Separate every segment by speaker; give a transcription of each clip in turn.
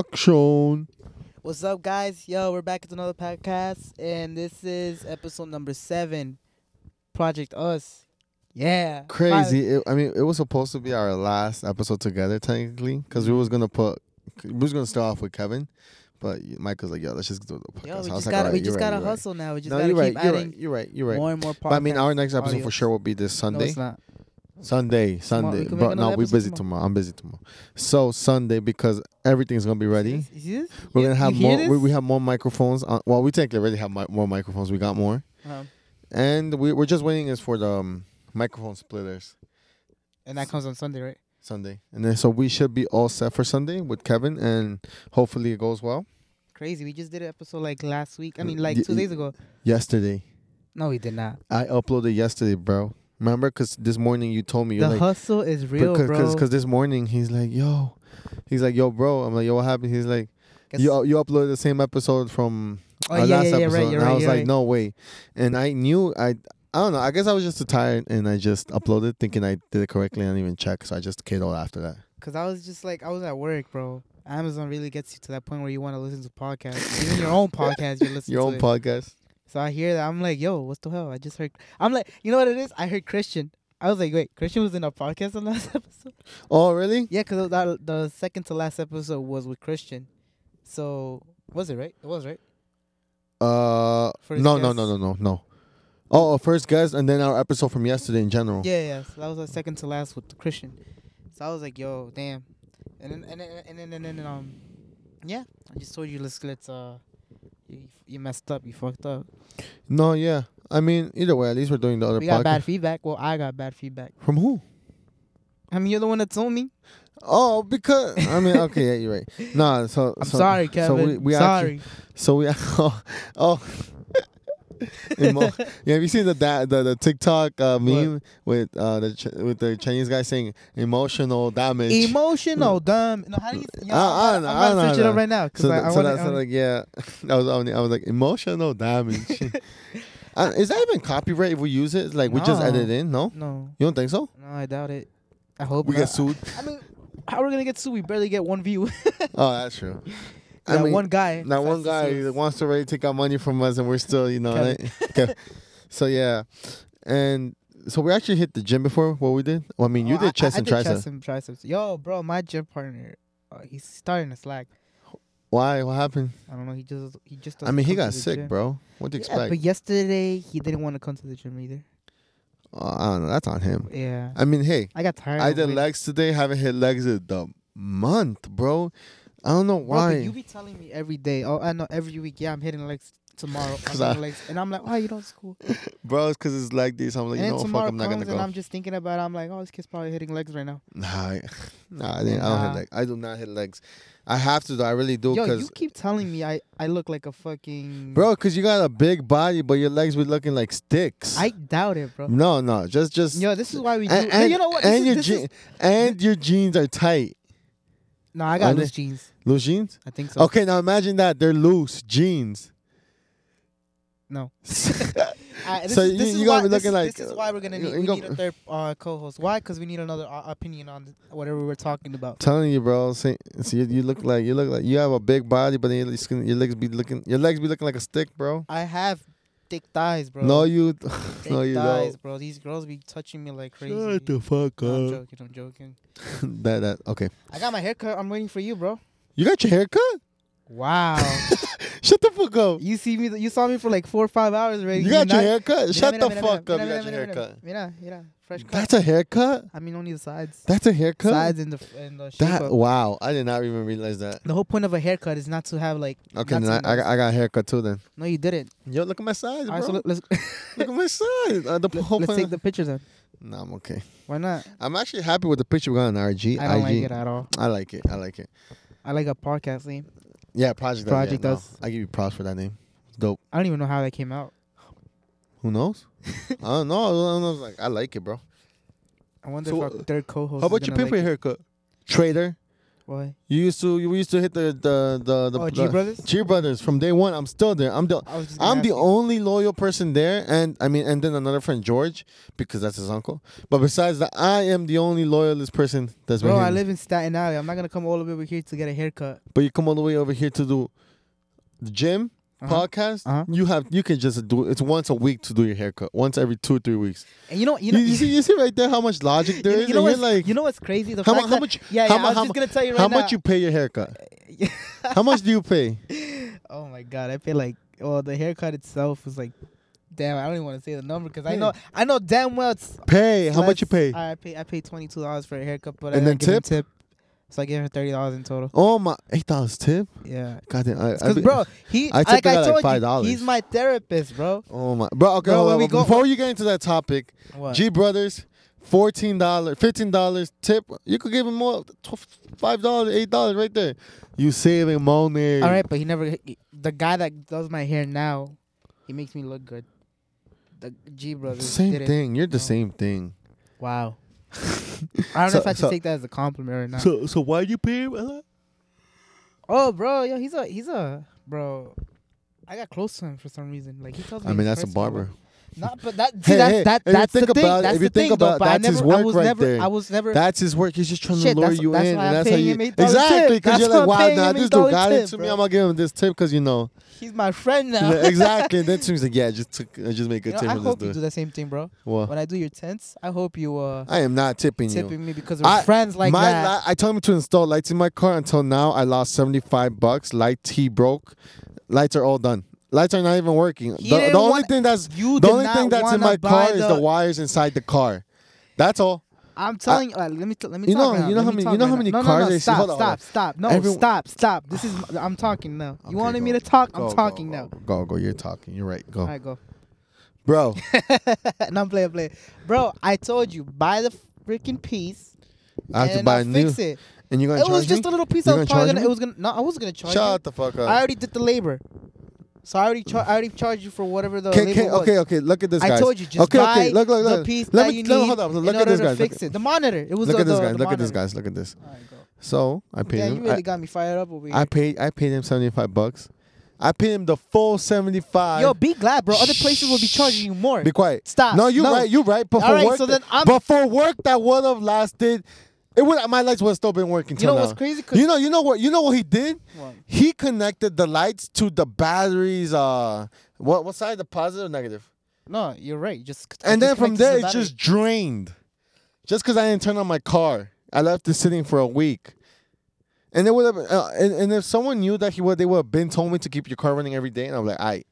Speaker 1: Action.
Speaker 2: What's up, guys? Yo, we're back with another podcast, and this is episode number seven, Project Us. Yeah, Finally.
Speaker 1: Crazy. It, I mean, it was supposed to be our last episode together, technically, because we
Speaker 2: Mm-hmm.
Speaker 1: was gonna put, we was gonna start off with Kevin, but Michael's like, "Yo, let's just do the podcast."
Speaker 2: Yo,
Speaker 1: I
Speaker 2: we
Speaker 1: was
Speaker 2: just
Speaker 1: like,
Speaker 2: gotta,
Speaker 1: "Alright,
Speaker 2: we
Speaker 1: you're
Speaker 2: just
Speaker 1: right,
Speaker 2: gotta
Speaker 1: you're right."
Speaker 2: hustle now. We just
Speaker 1: No,
Speaker 2: gotta
Speaker 1: you're
Speaker 2: keep
Speaker 1: right. You're
Speaker 2: adding
Speaker 1: right. You're right. You're right.
Speaker 2: more and more. Podcasts.
Speaker 1: But I mean, our next episode for
Speaker 2: audios.
Speaker 1: sure will be this
Speaker 2: No,
Speaker 1: Sunday.
Speaker 2: it's not.
Speaker 1: Sunday, Sunday,
Speaker 2: can make
Speaker 1: but no,
Speaker 2: another
Speaker 1: we're
Speaker 2: episode
Speaker 1: busy
Speaker 2: tomorrow.
Speaker 1: tomorrow. I'm busy tomorrow. So Sunday because everything's gonna be ready.
Speaker 2: You see this?
Speaker 1: We're
Speaker 2: You-
Speaker 1: gonna have
Speaker 2: you hear
Speaker 1: more. We,
Speaker 2: this?
Speaker 1: we have more microphones. On, well, we technically already have mi- more microphones. We got more,
Speaker 2: Uh-huh.
Speaker 1: and we, we're just waiting is for the um, microphone splitters
Speaker 2: and that comes on Sunday, right?
Speaker 1: Sunday, and then so we should be all set for Sunday with Kevin, and hopefully it goes well.
Speaker 2: Crazy. We just did an episode like last week. I mean,
Speaker 1: Mm,
Speaker 2: like
Speaker 1: y-
Speaker 2: two
Speaker 1: y-
Speaker 2: days ago.
Speaker 1: Yesterday,
Speaker 2: No, we did not.
Speaker 1: I uploaded yesterday, bro. Remember, cause this morning you told me you're
Speaker 2: The
Speaker 1: like,
Speaker 2: hustle is real,
Speaker 1: because
Speaker 2: bro.
Speaker 1: Cause, 'cause this morning he's like, yo, he's like, yo, bro. I'm like, yo, what happened? He's like, you you uploaded the same episode from
Speaker 2: oh,
Speaker 1: our
Speaker 2: yeah,
Speaker 1: last
Speaker 2: yeah, yeah,
Speaker 1: episode,
Speaker 2: right, you're
Speaker 1: and I
Speaker 2: right,
Speaker 1: was
Speaker 2: you're
Speaker 1: like,
Speaker 2: right.
Speaker 1: no way. And I knew I. I don't know. I guess I was just too tired, and I just uploaded thinking I did it correctly. I didn't even check, so I just KO'd after that.
Speaker 2: Cause I was just like I was at work, bro. Amazon really gets you to that point where you want to listen to podcasts, even your own podcast. You listen
Speaker 1: Your
Speaker 2: to
Speaker 1: own
Speaker 2: it.
Speaker 1: podcast.
Speaker 2: So I hear that I'm like, yo, what's the hell? I just heard. I'm like, you know what it is? I heard Christian. I was like, wait, Christian was in a podcast on last episode.
Speaker 1: Oh, really?
Speaker 2: Yeah, cause that, the second to last episode was with Christian. So was it right? It was right.
Speaker 1: Uh,
Speaker 2: First
Speaker 1: no, no,
Speaker 2: guess.
Speaker 1: no, no, no, no. Oh, uh, first guest, and then our episode from yesterday in general.
Speaker 2: Yeah, yeah. So that was the second to last with Christian. So I was like, yo, damn. And then and then and then and then, um, yeah. I just told you, let's let's uh, you, you messed up, you fucked up.
Speaker 1: No, yeah. I mean, either way, at least we're doing the other
Speaker 2: We
Speaker 1: podcast.
Speaker 2: got bad feedback. Well, I got bad feedback.
Speaker 1: from who?
Speaker 2: I mean, you're the one that told me.
Speaker 1: Oh, because I mean, okay, yeah, you're right. Nah, so
Speaker 2: I'm
Speaker 1: so-
Speaker 2: sorry, Kevin.
Speaker 1: So we, we
Speaker 2: sorry.
Speaker 1: Actually, so we oh, oh. Emo- yeah, have you seen the da- the, the TikTok uh, meme with uh the Ch- with the Chinese guy saying emotional damage?
Speaker 2: Emotional, dumb. No, how do you? Yeah,
Speaker 1: I- I
Speaker 2: I'm
Speaker 1: know,
Speaker 2: about to
Speaker 1: I know,
Speaker 2: switch it
Speaker 1: I
Speaker 2: up
Speaker 1: know.
Speaker 2: right now. 'cause
Speaker 1: so
Speaker 2: I,
Speaker 1: that,
Speaker 2: I
Speaker 1: so
Speaker 2: wanna, um
Speaker 1: that's
Speaker 2: I wanna-
Speaker 1: like yeah, that was only I was like emotional damage. uh, is that even copyright if we use it? Like we just
Speaker 2: No.
Speaker 1: edit in? No,
Speaker 2: no,
Speaker 1: you don't think so?
Speaker 2: no, I doubt it. I hope
Speaker 1: We
Speaker 2: not.
Speaker 1: get sued.
Speaker 2: I mean, how are we gonna get sued? We barely get one view.
Speaker 1: oh, that's true.
Speaker 2: that one guy.
Speaker 1: That one
Speaker 2: decides
Speaker 1: guy
Speaker 2: to sue us.
Speaker 1: wants to already take out money from us, and we're still, you know.
Speaker 2: Kevin.
Speaker 1: like- Kev- so yeah, and so we actually hit the gym before what we did. Well, I mean, you
Speaker 2: Oh, I-
Speaker 1: did chest
Speaker 2: I,
Speaker 1: and
Speaker 2: I did
Speaker 1: triceps.
Speaker 2: Chest and triceps. Yo, bro, my gym partner, uh, he's starting to slack.
Speaker 1: Why? What happened?
Speaker 2: I don't know. He just he just.
Speaker 1: I
Speaker 2: Doesn't
Speaker 1: mean, he
Speaker 2: come to
Speaker 1: got
Speaker 2: the
Speaker 1: sick,
Speaker 2: gym.
Speaker 1: bro. What do you
Speaker 2: Yeah,
Speaker 1: expect?
Speaker 2: but yesterday he didn't want to come to the gym either.
Speaker 1: Uh, I don't know. That's on him.
Speaker 2: Yeah.
Speaker 1: I mean, hey,
Speaker 2: I got tired.
Speaker 1: I
Speaker 2: of
Speaker 1: did
Speaker 2: waiting.
Speaker 1: legs today. Haven't hit legs in the month, bro. I don't know
Speaker 2: Bro, but
Speaker 1: why.
Speaker 2: you be telling me every day. Oh, I know every week. Yeah, I'm hitting legs tomorrow. I'm
Speaker 1: 'Cause I-
Speaker 2: hitting legs, and I'm like, oh, you don't school.
Speaker 1: bro, it's because it's leg days. I'm like,
Speaker 2: and
Speaker 1: you
Speaker 2: then
Speaker 1: know, what,
Speaker 2: tomorrow
Speaker 1: fuck, I'm not
Speaker 2: comes,
Speaker 1: gonna
Speaker 2: and
Speaker 1: go.
Speaker 2: I'm just thinking about. it. I'm like, oh, this kid's probably hitting legs right now.
Speaker 1: Nah, I, nah, I, didn't, I don't
Speaker 2: Nah.
Speaker 1: hit legs. I do not hit legs. I have to though. I really do.
Speaker 2: Yo,
Speaker 1: cause
Speaker 2: you keep telling me I I look like a fucking
Speaker 1: Bro, cause you got a big body, but your legs be looking like sticks.
Speaker 2: I doubt it, bro.
Speaker 1: no, no, just just.
Speaker 2: Yo, this is why we. Do,
Speaker 1: and,
Speaker 2: No,
Speaker 1: and-
Speaker 2: you know what? This
Speaker 1: And
Speaker 2: is-
Speaker 1: your
Speaker 2: this
Speaker 1: je-
Speaker 2: is-
Speaker 1: and your jeans are tight.
Speaker 2: no, I got
Speaker 1: and
Speaker 2: loose
Speaker 1: it- Oh,
Speaker 2: jeans.
Speaker 1: Loose jeans.
Speaker 2: I think so.
Speaker 1: Okay, now imagine that they're loose jeans.
Speaker 2: No.
Speaker 1: so
Speaker 2: Uh, this
Speaker 1: so
Speaker 2: is,
Speaker 1: you-
Speaker 2: this is
Speaker 1: you gotta
Speaker 2: why,
Speaker 1: be
Speaker 2: this
Speaker 1: looking
Speaker 2: is-
Speaker 1: like,
Speaker 2: This is why we're gonna
Speaker 1: you-
Speaker 2: need,
Speaker 1: you
Speaker 2: we
Speaker 1: go-
Speaker 2: need a third uh, co-host. Why? Because we need another uh, opinion on whatever we're talking about.
Speaker 1: telling you, bro. See, see, you, you look like you look like you have a big body, but then your, skin, your legs be looking your legs be looking like a stick, bro.
Speaker 2: I have thick thighs, bro.
Speaker 1: No, you,
Speaker 2: thick
Speaker 1: no, you
Speaker 2: thighs,
Speaker 1: don't.
Speaker 2: bro. These girls be touching me like crazy.
Speaker 1: Shut the fuck
Speaker 2: No, I'm
Speaker 1: up.
Speaker 2: joking. I'm joking.
Speaker 1: that that okay.
Speaker 2: I got my haircut. I'm waiting for you, bro.
Speaker 1: You got your haircut?
Speaker 2: Wow.
Speaker 1: Shut the fuck up.
Speaker 2: you see me? You saw me for like four or five hours already.
Speaker 1: You got your
Speaker 2: not-
Speaker 1: haircut?
Speaker 2: Mira,
Speaker 1: Shut
Speaker 2: mira,
Speaker 1: the
Speaker 2: mira,
Speaker 1: fuck
Speaker 2: mira,
Speaker 1: up. You
Speaker 2: mira,
Speaker 1: got your
Speaker 2: mira, mira.
Speaker 1: haircut.
Speaker 2: Mira, mira, fresh cut.
Speaker 1: That's a haircut?
Speaker 2: I mean, only the sides.
Speaker 1: That's a haircut?
Speaker 2: Sides and the f- and the shape.
Speaker 1: that
Speaker 2: up.
Speaker 1: wow, I did not even realize that.
Speaker 2: The whole point of a haircut is not to have like.
Speaker 1: Okay, then
Speaker 2: not to
Speaker 1: I, I,
Speaker 2: notice.
Speaker 1: got- I got a haircut too then.
Speaker 2: No, you didn't.
Speaker 1: Yo, look at my size,
Speaker 2: All
Speaker 1: bro.
Speaker 2: right, so
Speaker 1: look,
Speaker 2: let, us
Speaker 1: at my size. Uh, the whole
Speaker 2: let's
Speaker 1: point-
Speaker 2: take the picture then.
Speaker 1: No, I'm okay.
Speaker 2: Why not?
Speaker 1: I'm actually happy with the picture we got on RG.
Speaker 2: I don't like
Speaker 1: IG.
Speaker 2: it at all.
Speaker 1: I like it. I like it.
Speaker 2: I like a podcast name.
Speaker 1: Yeah, Project.
Speaker 2: Project
Speaker 1: yeah, no,
Speaker 2: Us.
Speaker 1: I give you props for that name. Dope.
Speaker 2: I don't even know how that came out.
Speaker 1: Who knows? I don't know. I don't know. Like I like it, bro.
Speaker 2: I wonder
Speaker 1: So,
Speaker 2: if our third co-host.
Speaker 1: How
Speaker 2: is
Speaker 1: about you
Speaker 2: gonna
Speaker 1: pay for your
Speaker 2: like
Speaker 1: haircut? Trader.
Speaker 2: Why?
Speaker 1: You used to you we used to hit the the the, the
Speaker 2: Oh,
Speaker 1: the-
Speaker 2: G Brothers?
Speaker 1: G Brothers from day one. I'm still there. I'm the
Speaker 2: I was just gonna
Speaker 1: I'm the
Speaker 2: ask you.
Speaker 1: only loyal person there, and I mean, and then another friend George because that's his uncle. But besides that, I am the only loyalist person that's been.
Speaker 2: Bro, I
Speaker 1: here.
Speaker 2: live in Staten Island. I'm not gonna come all the way over here to get a haircut.
Speaker 1: But you come all the way over here to do the gym
Speaker 2: Uh-huh.
Speaker 1: podcast.
Speaker 2: Uh-huh.
Speaker 1: You have you can just do it's once a week to do your haircut, once every two three weeks.
Speaker 2: And you know, you
Speaker 1: You,
Speaker 2: know,
Speaker 1: you see, you see right there how much logic there
Speaker 2: you,
Speaker 1: is.
Speaker 2: you know
Speaker 1: and
Speaker 2: what's
Speaker 1: you're like,
Speaker 2: you know what's crazy? The
Speaker 1: how, mu-
Speaker 2: fact
Speaker 1: how
Speaker 2: that-
Speaker 1: much?
Speaker 2: Yeah, yeah.
Speaker 1: how,
Speaker 2: I
Speaker 1: mu-
Speaker 2: was
Speaker 1: how,
Speaker 2: just
Speaker 1: mu-
Speaker 2: gonna tell you right
Speaker 1: how
Speaker 2: now.
Speaker 1: much you pay your haircut? How much do you pay?
Speaker 2: oh my god, I feel like well the haircut itself was like damn, I don't even want to say the number because I know I know damn well it's
Speaker 1: Pay how much you pay?
Speaker 2: less. I pay I paid twenty two dollars for a haircut, but
Speaker 1: And
Speaker 2: I
Speaker 1: then
Speaker 2: didn't give him
Speaker 1: tip?
Speaker 2: tip. So I gave her thirty dollars in total.
Speaker 1: Oh my, eight dollars tip.
Speaker 2: Yeah,
Speaker 1: Goddamn, I, I
Speaker 2: because
Speaker 1: be-
Speaker 2: bro, he
Speaker 1: I tipped
Speaker 2: like
Speaker 1: the guy
Speaker 2: I
Speaker 1: like
Speaker 2: told you,
Speaker 1: $5.
Speaker 2: he's my therapist, bro.
Speaker 1: Oh my, bro. Okay,
Speaker 2: Bro,
Speaker 1: hold
Speaker 2: when
Speaker 1: on,
Speaker 2: we
Speaker 1: but
Speaker 2: go-
Speaker 1: before you get into that topic,
Speaker 2: What?
Speaker 1: G Brothers, fourteen dollars, fifteen dollars tip. You could give him more, tw- five dollars, eight dollars, right there. You saving money.
Speaker 2: All right, but he never. he- the guy that does my hair now, he makes me look good. The G brothers.
Speaker 1: Same
Speaker 2: did it.
Speaker 1: thing. You're the
Speaker 2: No.
Speaker 1: same thing.
Speaker 2: Wow. I don't
Speaker 1: So-
Speaker 2: know if I should
Speaker 1: so-
Speaker 2: take that as a compliment or not.
Speaker 1: So, so why you pay him a lot?
Speaker 2: oh, bro, yo, he's a he's a bro. I got close to him for some reason. Like he tells me.
Speaker 1: I mean,
Speaker 2: his
Speaker 1: that's a
Speaker 2: personal
Speaker 1: barber.
Speaker 2: life. Not, but that see,
Speaker 1: Hey, hey, if
Speaker 2: that's that
Speaker 1: you
Speaker 2: that's the
Speaker 1: think
Speaker 2: thing.
Speaker 1: about it-
Speaker 2: that's
Speaker 1: if
Speaker 2: the
Speaker 1: you think
Speaker 2: thing, though.
Speaker 1: about it,
Speaker 2: But I
Speaker 1: that's his
Speaker 2: never, I
Speaker 1: work
Speaker 2: was
Speaker 1: right
Speaker 2: never,
Speaker 1: there.
Speaker 2: I was never.
Speaker 1: That's his work. He's just trying
Speaker 2: Shit,
Speaker 1: to lure
Speaker 2: that's-
Speaker 1: you
Speaker 2: that's
Speaker 1: in,
Speaker 2: why
Speaker 1: and
Speaker 2: I'm
Speaker 1: that's how
Speaker 2: paying
Speaker 1: you
Speaker 2: him $8 tip.
Speaker 1: exactly. Because you're
Speaker 2: That's why
Speaker 1: like,
Speaker 2: I'm
Speaker 1: wow,
Speaker 2: paying
Speaker 1: nah,
Speaker 2: him
Speaker 1: this dude
Speaker 2: $8
Speaker 1: got
Speaker 2: tip,
Speaker 1: it to me.
Speaker 2: bro.
Speaker 1: I'm gonna give him this tip because you know
Speaker 2: he's my friend now.
Speaker 1: Yeah, exactly. And then seems like, yeah, just took, uh, just make a
Speaker 2: You know,
Speaker 1: tip
Speaker 2: I
Speaker 1: from this
Speaker 2: hope you do
Speaker 1: dude.
Speaker 2: the same thing, bro.
Speaker 1: Well,
Speaker 2: When I do your tents, I hope you uh
Speaker 1: Uh, I am not tipping you.
Speaker 2: tipping me because we're
Speaker 1: I-
Speaker 2: friends like
Speaker 1: my
Speaker 2: that.
Speaker 1: li- I told him to install lights in my car. Until now, I lost seventy five bucks. Light T broke. Lights are all done. Lights are not even working.
Speaker 2: He
Speaker 1: The,
Speaker 2: didn't
Speaker 1: the only
Speaker 2: want-
Speaker 1: thing that's
Speaker 2: You
Speaker 1: the
Speaker 2: did
Speaker 1: only
Speaker 2: not
Speaker 1: thing that's in
Speaker 2: wanna
Speaker 1: my
Speaker 2: buy
Speaker 1: car is the wires inside the car. That's all.
Speaker 2: I'm telling you. uh, let me t- let me.
Speaker 1: You
Speaker 2: talk
Speaker 1: know-
Speaker 2: right now,
Speaker 1: you know
Speaker 2: let
Speaker 1: how
Speaker 2: me
Speaker 1: many-
Speaker 2: talk
Speaker 1: you know
Speaker 2: right
Speaker 1: how
Speaker 2: now.
Speaker 1: many
Speaker 2: no,
Speaker 1: cars
Speaker 2: No,
Speaker 1: they
Speaker 2: no,
Speaker 1: see-
Speaker 2: stop,
Speaker 1: hold on, hold on.
Speaker 2: stop, stop. No,
Speaker 1: Every-
Speaker 2: stop, stop. This is. I'm talking now. You
Speaker 1: Okay,
Speaker 2: wanted me
Speaker 1: go.
Speaker 2: to talk? I'm
Speaker 1: Go, go,
Speaker 2: talking
Speaker 1: go,
Speaker 2: now.
Speaker 1: Go go. You're talking. You're right. Go,
Speaker 2: All right, go.
Speaker 1: bro.
Speaker 2: no, I'm playing, playing. Bro, I told you buy the freaking piece.
Speaker 1: I have
Speaker 2: and
Speaker 1: to buy
Speaker 2: I'll
Speaker 1: a new.
Speaker 2: Fix it.
Speaker 1: And you're gonna
Speaker 2: It
Speaker 1: charge
Speaker 2: was just a
Speaker 1: me?
Speaker 2: little piece.
Speaker 1: You
Speaker 2: I was
Speaker 1: gonna charge
Speaker 2: probably gonna.
Speaker 1: me?
Speaker 2: It was gonna. No, I wasn't gonna charge
Speaker 1: Shut the fuck
Speaker 2: you. I
Speaker 1: up.
Speaker 2: already did the labor, so I already char- I already charged you for whatever the
Speaker 1: Okay,
Speaker 2: labor
Speaker 1: okay,
Speaker 2: was.
Speaker 1: okay, okay. Look at this, guys.
Speaker 2: I told you just
Speaker 1: okay,
Speaker 2: buy
Speaker 1: okay. Look, look,
Speaker 2: the
Speaker 1: look.
Speaker 2: piece
Speaker 1: Let
Speaker 2: that
Speaker 1: me
Speaker 2: you
Speaker 1: no,
Speaker 2: need
Speaker 1: hold on.
Speaker 2: in
Speaker 1: Look at
Speaker 2: order
Speaker 1: this,
Speaker 2: to
Speaker 1: guys.
Speaker 2: fix it. The monitor. It was
Speaker 1: Look
Speaker 2: the,
Speaker 1: at this,
Speaker 2: the-
Speaker 1: guys.
Speaker 2: the
Speaker 1: Look at this,
Speaker 2: monitor.
Speaker 1: guys. Look at this.
Speaker 2: All right, go.
Speaker 1: So I paid
Speaker 2: Yeah,
Speaker 1: him.
Speaker 2: you
Speaker 1: I-
Speaker 2: really got me fired up over here.
Speaker 1: I paid I paid him seventy five bucks. I paid him the full seventy five.
Speaker 2: Yo, be glad, bro. Other places will be charging you more.
Speaker 1: be quiet.
Speaker 2: Stop.
Speaker 1: No, you're
Speaker 2: No.
Speaker 1: right. You're right. But
Speaker 2: All
Speaker 1: for
Speaker 2: right,
Speaker 1: work,
Speaker 2: so then I'm-
Speaker 1: but for work that would have lasted, it would my lights would have still been working.
Speaker 2: you
Speaker 1: till
Speaker 2: know what's
Speaker 1: now.
Speaker 2: crazy? 'Cause-
Speaker 1: You know, you know what, you know what he did?
Speaker 2: What?
Speaker 1: He connected the lights to the batteries. Uh, what what side? The positive or negative?
Speaker 2: no, you're right. Just
Speaker 1: And then from
Speaker 2: disconnect this
Speaker 1: there,
Speaker 2: to
Speaker 1: it
Speaker 2: the
Speaker 1: just drained. Just because I didn't turn on my car, I left it sitting for a week. And it would have, uh, and, and if someone knew that he would, they would have been told me to keep your car running every day, and I'm like, I.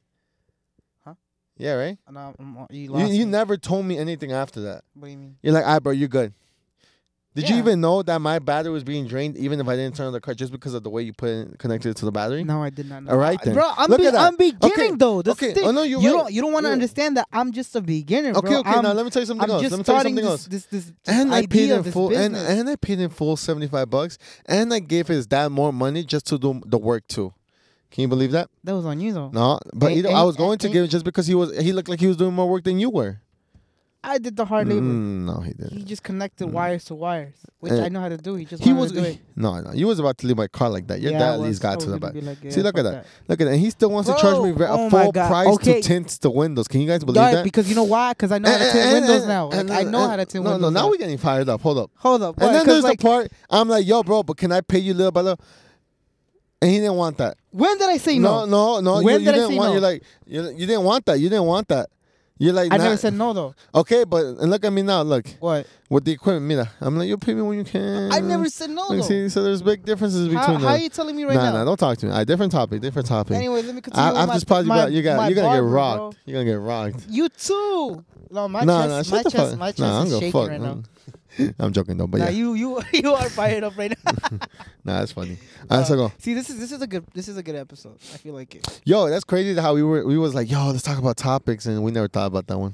Speaker 2: Huh?
Speaker 1: Yeah, right.
Speaker 2: battery. No, I'm- you
Speaker 1: You,
Speaker 2: lost
Speaker 1: you
Speaker 2: me.
Speaker 1: never told me anything after that.
Speaker 2: What do you mean?
Speaker 1: You're like, I, bro, you're good. Did you
Speaker 2: Yeah.
Speaker 1: even know that my battery was being drained, even if I didn't turn on the car, just because of the way you put it connected it to the battery?
Speaker 2: No, I did not know.
Speaker 1: All right then.
Speaker 2: bro. I'm
Speaker 1: Look
Speaker 2: be-
Speaker 1: at that.
Speaker 2: I'm beginning
Speaker 1: Okay,
Speaker 2: though. That's
Speaker 1: okay.
Speaker 2: the thing.
Speaker 1: Oh, no, you're
Speaker 2: you
Speaker 1: right.
Speaker 2: don't you don't want to
Speaker 1: You're-
Speaker 2: understand that I'm just a beginner.
Speaker 1: Okay,
Speaker 2: bro.
Speaker 1: okay.
Speaker 2: I'm,
Speaker 1: now let me tell you something
Speaker 2: I'm
Speaker 1: else.
Speaker 2: just
Speaker 1: Let me tell you
Speaker 2: starting
Speaker 1: something
Speaker 2: this,
Speaker 1: else.
Speaker 2: This this, this
Speaker 1: and I paid
Speaker 2: idea
Speaker 1: him
Speaker 2: of this
Speaker 1: full and,
Speaker 2: business.
Speaker 1: and I paid him full seventy five bucks, and I gave his dad more money just to do the work too. Can you believe that?
Speaker 2: that was on you though.
Speaker 1: No, but
Speaker 2: Ain't-
Speaker 1: you know, I
Speaker 2: ain't-
Speaker 1: was going to
Speaker 2: ain't-
Speaker 1: give it just because he was he looked like he was doing more work than you were.
Speaker 2: I did the hard
Speaker 1: Mm,
Speaker 2: labor.
Speaker 1: no, he didn't.
Speaker 2: He just connected wires to wires, which
Speaker 1: Eh.
Speaker 2: I know how to do. He just
Speaker 1: He
Speaker 2: wanted
Speaker 1: was
Speaker 2: to do it.
Speaker 1: no, no. You was about to leave my car like that. Your
Speaker 2: Yeah, I
Speaker 1: dad at least
Speaker 2: was- I
Speaker 1: got to
Speaker 2: was
Speaker 1: the
Speaker 2: gonna
Speaker 1: back.
Speaker 2: be like, yeah,
Speaker 1: See, look
Speaker 2: fuck
Speaker 1: at that. Look at that. And he still wants to charge me
Speaker 2: Bro,
Speaker 1: a
Speaker 2: oh my
Speaker 1: full
Speaker 2: God,
Speaker 1: price
Speaker 2: okay.
Speaker 1: to tint the windows. Can you guys believe
Speaker 2: Right,
Speaker 1: that?
Speaker 2: because you know why? Because I know how to tint
Speaker 1: And- and-
Speaker 2: windows
Speaker 1: and-
Speaker 2: now. Like,
Speaker 1: and-
Speaker 2: I know
Speaker 1: and-
Speaker 2: how to tint
Speaker 1: no,
Speaker 2: windows.
Speaker 1: No, now
Speaker 2: now.
Speaker 1: we're getting fired up. Hold up.
Speaker 2: Hold up.
Speaker 1: And
Speaker 2: why?
Speaker 1: then
Speaker 2: 'Cause,
Speaker 1: there's
Speaker 2: like,
Speaker 1: the part I'm like, yo, bro, but can I pay you little by little? And he didn't want that.
Speaker 2: when did I say
Speaker 1: No, no,
Speaker 2: no?
Speaker 1: no.
Speaker 2: When
Speaker 1: you, you
Speaker 2: did I
Speaker 1: didn't
Speaker 2: say
Speaker 1: want.
Speaker 2: no?
Speaker 1: You're like, you, you didn't want that. You didn't want that. You're like,
Speaker 2: I
Speaker 1: nah.
Speaker 2: never said no though.
Speaker 1: Okay, but and look at me now. Look
Speaker 2: What?
Speaker 1: with the equipment. Mira, I'm like, you pay me when you can.
Speaker 2: I never said no
Speaker 1: Like,
Speaker 2: though.
Speaker 1: see, so there's big differences between
Speaker 2: How,
Speaker 1: them.
Speaker 2: how are you telling me right
Speaker 1: nah,
Speaker 2: now?
Speaker 1: nah, don't talk to me. All right, different topic, different topic.
Speaker 2: Anyway, let me continue.
Speaker 1: I,
Speaker 2: with
Speaker 1: I'm
Speaker 2: my,
Speaker 1: just positive
Speaker 2: my,
Speaker 1: about you got
Speaker 2: my
Speaker 1: you gonna
Speaker 2: barber,
Speaker 1: get rocked.
Speaker 2: bro.
Speaker 1: You're gonna get rocked.
Speaker 2: You too. No, my
Speaker 1: nah, nah,
Speaker 2: chest,
Speaker 1: shut
Speaker 2: my
Speaker 1: the
Speaker 2: chest,
Speaker 1: fuck.
Speaker 2: my chest
Speaker 1: nah,
Speaker 2: is
Speaker 1: I'm gonna
Speaker 2: shaking
Speaker 1: fuck.
Speaker 2: right now.
Speaker 1: I'm joking though, but
Speaker 2: Nah,
Speaker 1: yeah,
Speaker 2: you you you are fired up right now.
Speaker 1: nah, that's funny. All right, so go.
Speaker 2: See, this is this is a good this is a good episode. I feel like it.
Speaker 1: Yo, that's crazy how we were. We was like, yo, let's talk about topics, and we never thought about that one.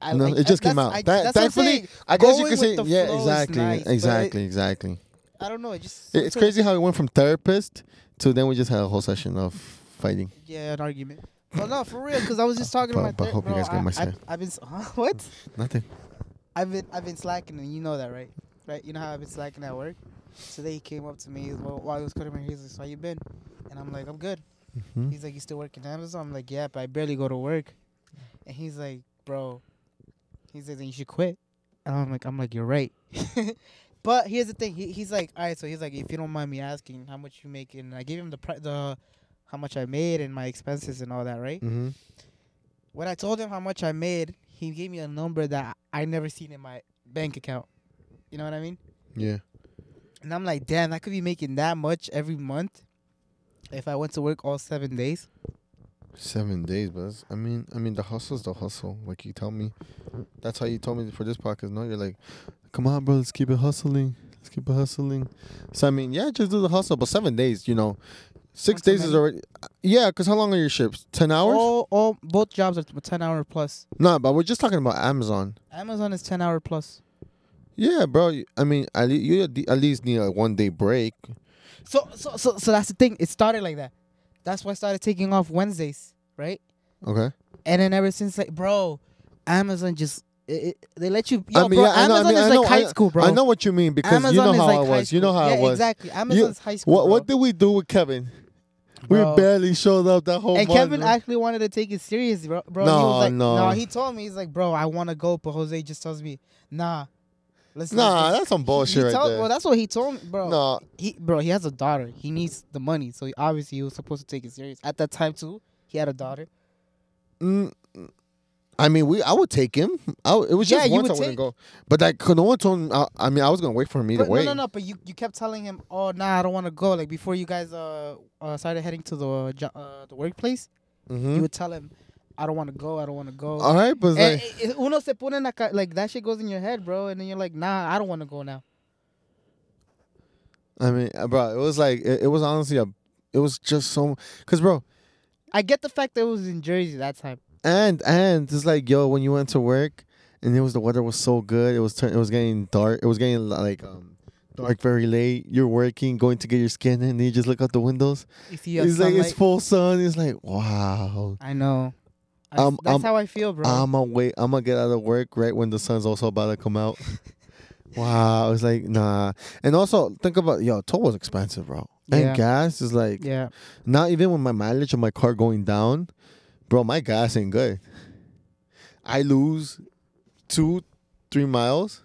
Speaker 2: I
Speaker 1: no,
Speaker 2: like-
Speaker 1: it just came
Speaker 2: that's-
Speaker 1: out.
Speaker 2: I,
Speaker 1: That-
Speaker 2: that's what I'm
Speaker 1: thankfully,
Speaker 2: saying.
Speaker 1: I guess you
Speaker 2: Going
Speaker 1: could say,
Speaker 2: with the
Speaker 1: yeah,
Speaker 2: flow is
Speaker 1: exactly,
Speaker 2: nice, but it-
Speaker 1: exactly, exactly.
Speaker 2: I don't know. It just
Speaker 1: It- It's crazy how it went from therapist to then we just had a whole session of fighting.
Speaker 2: Yeah, an argument. But no, for real, because I was just talking to
Speaker 1: But-
Speaker 2: my.
Speaker 1: but
Speaker 2: ther-
Speaker 1: hope you
Speaker 2: bro,
Speaker 1: guys get
Speaker 2: I-
Speaker 1: my
Speaker 2: I-
Speaker 1: side.
Speaker 2: I've been s- what?
Speaker 1: Nothing.
Speaker 2: I've been I've been slacking, and you know that, right? Right? You know how I've been slacking at work. Today he came up to me while, while he was cutting my hair. He's like, "So how you been?" And I'm like, "I'm good."
Speaker 1: Mhm.
Speaker 2: He's like, "You still working at Amazon?" I'm like, "Yeah, but I barely go to work." And he's like, "Bro," he says, "Then you should quit." And I'm like, "I'm like, you're right." but here's the thing. He, he's like, "All right." So he's like, "If you don't mind me asking, how much you make?" And I gave him the pri- the how much I made and my expenses and all that, right?
Speaker 1: Mm-hmm.
Speaker 2: When I told him how much I made, he gave me a number that I never seen in my bank account. You know what I mean?
Speaker 1: Yeah.
Speaker 2: And I'm like, damn, I could be making that much every month if I went to work all seven days.
Speaker 1: Seven days, but that's- I mean, I mean, the hustle's the hustle. Like you tell me, that's how you told me for this podcast. No, you're like, come on, bro, let's keep it hustling. Let's keep it hustling. So I mean, yeah, just do the hustle. But seven days, you know, six
Speaker 2: Not too
Speaker 1: days is
Speaker 2: many.
Speaker 1: already. Yeah, cause how long are your ships? Ten hours?
Speaker 2: All, all, both jobs are t- ten hour plus.
Speaker 1: No, but we're just talking about Amazon.
Speaker 2: Amazon is ten hour plus.
Speaker 1: Yeah, bro. you- I mean, at least you at the- at least need a one day break.
Speaker 2: So, so, so, so that's the thing. It started like that. That's why I started taking off Wednesdays, right?
Speaker 1: Okay.
Speaker 2: And then ever since, like, bro, Amazon just it, it, they let you. Yo,
Speaker 1: I mean,
Speaker 2: bro,
Speaker 1: yeah, I know, I
Speaker 2: Amazon
Speaker 1: mean,
Speaker 2: is
Speaker 1: I
Speaker 2: like
Speaker 1: know,
Speaker 2: high school, bro.
Speaker 1: I know what you mean because
Speaker 2: Amazon
Speaker 1: you know
Speaker 2: is
Speaker 1: how
Speaker 2: like
Speaker 1: I
Speaker 2: high
Speaker 1: was. You know
Speaker 2: school.
Speaker 1: how
Speaker 2: yeah,
Speaker 1: I was.
Speaker 2: Exactly. Amazon's high school.
Speaker 1: What
Speaker 2: bro.
Speaker 1: what did we do with Kevin?
Speaker 2: Bro.
Speaker 1: We barely showed up that whole
Speaker 2: And
Speaker 1: month,
Speaker 2: Kevin
Speaker 1: bro.
Speaker 2: actually wanted to take it serious, bro. bro he
Speaker 1: No,
Speaker 2: was like,
Speaker 1: no.
Speaker 2: He told me, he's like, bro, I want to go, but Jose just tells me, nah. Let's
Speaker 1: Nah,
Speaker 2: let's-
Speaker 1: that's some
Speaker 2: he-
Speaker 1: bullshit
Speaker 2: he
Speaker 1: right
Speaker 2: told-
Speaker 1: there.
Speaker 2: Well, that's what he told me, bro.
Speaker 1: No.
Speaker 2: he bro, he has a daughter. He needs the money, so he- obviously he was supposed to take it serious at that time too. He had a daughter.
Speaker 1: Mm, I mean, we. I would take him. I w it was
Speaker 2: Yeah,
Speaker 1: just
Speaker 2: you
Speaker 1: once
Speaker 2: would
Speaker 1: I wouldn't
Speaker 2: take-
Speaker 1: go. But like, no one told him. I, I mean, I was gonna wait for him either
Speaker 2: But
Speaker 1: way.
Speaker 2: no, no, no. But you, you kept telling him, oh, nah, I don't want to go. Like before you guys uh, uh started heading to the uh, jo- uh the workplace,
Speaker 1: Mhm.
Speaker 2: you would tell him, I don't want to go. I don't want to go.
Speaker 1: All right, but it's
Speaker 2: And
Speaker 1: like,
Speaker 2: it- it- uno se pone en la ca- like that shit goes in your head, bro, and then you're like, nah, I don't want to go now.
Speaker 1: I mean, uh, bro, it was like it, it was honestly a. It was just so, cause bro,
Speaker 2: I get the fact that it was in Jersey that time.
Speaker 1: and and it's like yo, when you went to work, and it was the weather was so good. It was turn. It was getting dark. It was getting like um dark very late. You're working, going to get your skin, in, and you just look out the windows.
Speaker 2: You see,
Speaker 1: It's like it's full sun. It's like wow.
Speaker 2: I know. I,
Speaker 1: Um,
Speaker 2: that's
Speaker 1: um,
Speaker 2: how I feel, bro.
Speaker 1: I'm gonna wait. I'm gonna get out of work right when the sun's also about to come out. wow, I was like, nah. And also, think about yo, toll was expensive, bro.
Speaker 2: Yeah.
Speaker 1: And gas is like,
Speaker 2: yeah.
Speaker 1: not even with my mileage of my car going down, bro. My gas ain't good. I lose two, three miles,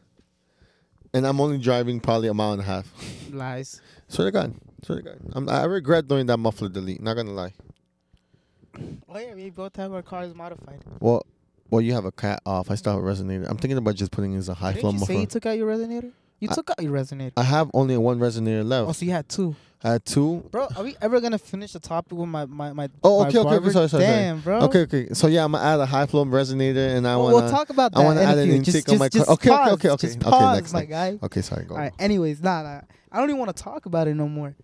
Speaker 1: and I'm only driving probably a mile and a half.
Speaker 2: Lies.
Speaker 1: Swear to God, swear to God, I'm, I regret doing that muffler delete. Not gonna lie.
Speaker 2: Oh yeah, we both have our cars modified.
Speaker 1: Well, well, you have a cat off. I still have a resonator. I'm thinking about just putting in a high flow
Speaker 2: Didn't you say
Speaker 1: muffler.
Speaker 2: you took out your resonator? You
Speaker 1: I-
Speaker 2: took out your resonator.
Speaker 1: I have only one resonator
Speaker 2: Oh,
Speaker 1: left.
Speaker 2: so you had two,
Speaker 1: I had two.
Speaker 2: bro. Are we ever gonna finish the topic with my my my?
Speaker 1: Oh,
Speaker 2: my
Speaker 1: okay, okay,
Speaker 2: barber?
Speaker 1: okay. Sorry, sorry,
Speaker 2: Damn, bro.
Speaker 1: sorry. Okay, okay. So yeah, I'm gonna add a high flow resonator, and I
Speaker 2: Oh. Well,
Speaker 1: wanna.
Speaker 2: we'll talk about
Speaker 1: I
Speaker 2: that.
Speaker 1: wanna
Speaker 2: in a
Speaker 1: add an
Speaker 2: few.
Speaker 1: intake
Speaker 2: just,
Speaker 1: on my
Speaker 2: just, just
Speaker 1: car. Okay, okay,
Speaker 2: pause.
Speaker 1: okay, okay.
Speaker 2: Just
Speaker 1: Okay,
Speaker 2: pause,
Speaker 1: next
Speaker 2: my
Speaker 1: time.
Speaker 2: guy.
Speaker 1: okay, sorry. Go.
Speaker 2: All right. Anyways, nah, nah. I don't even want to talk about it no more.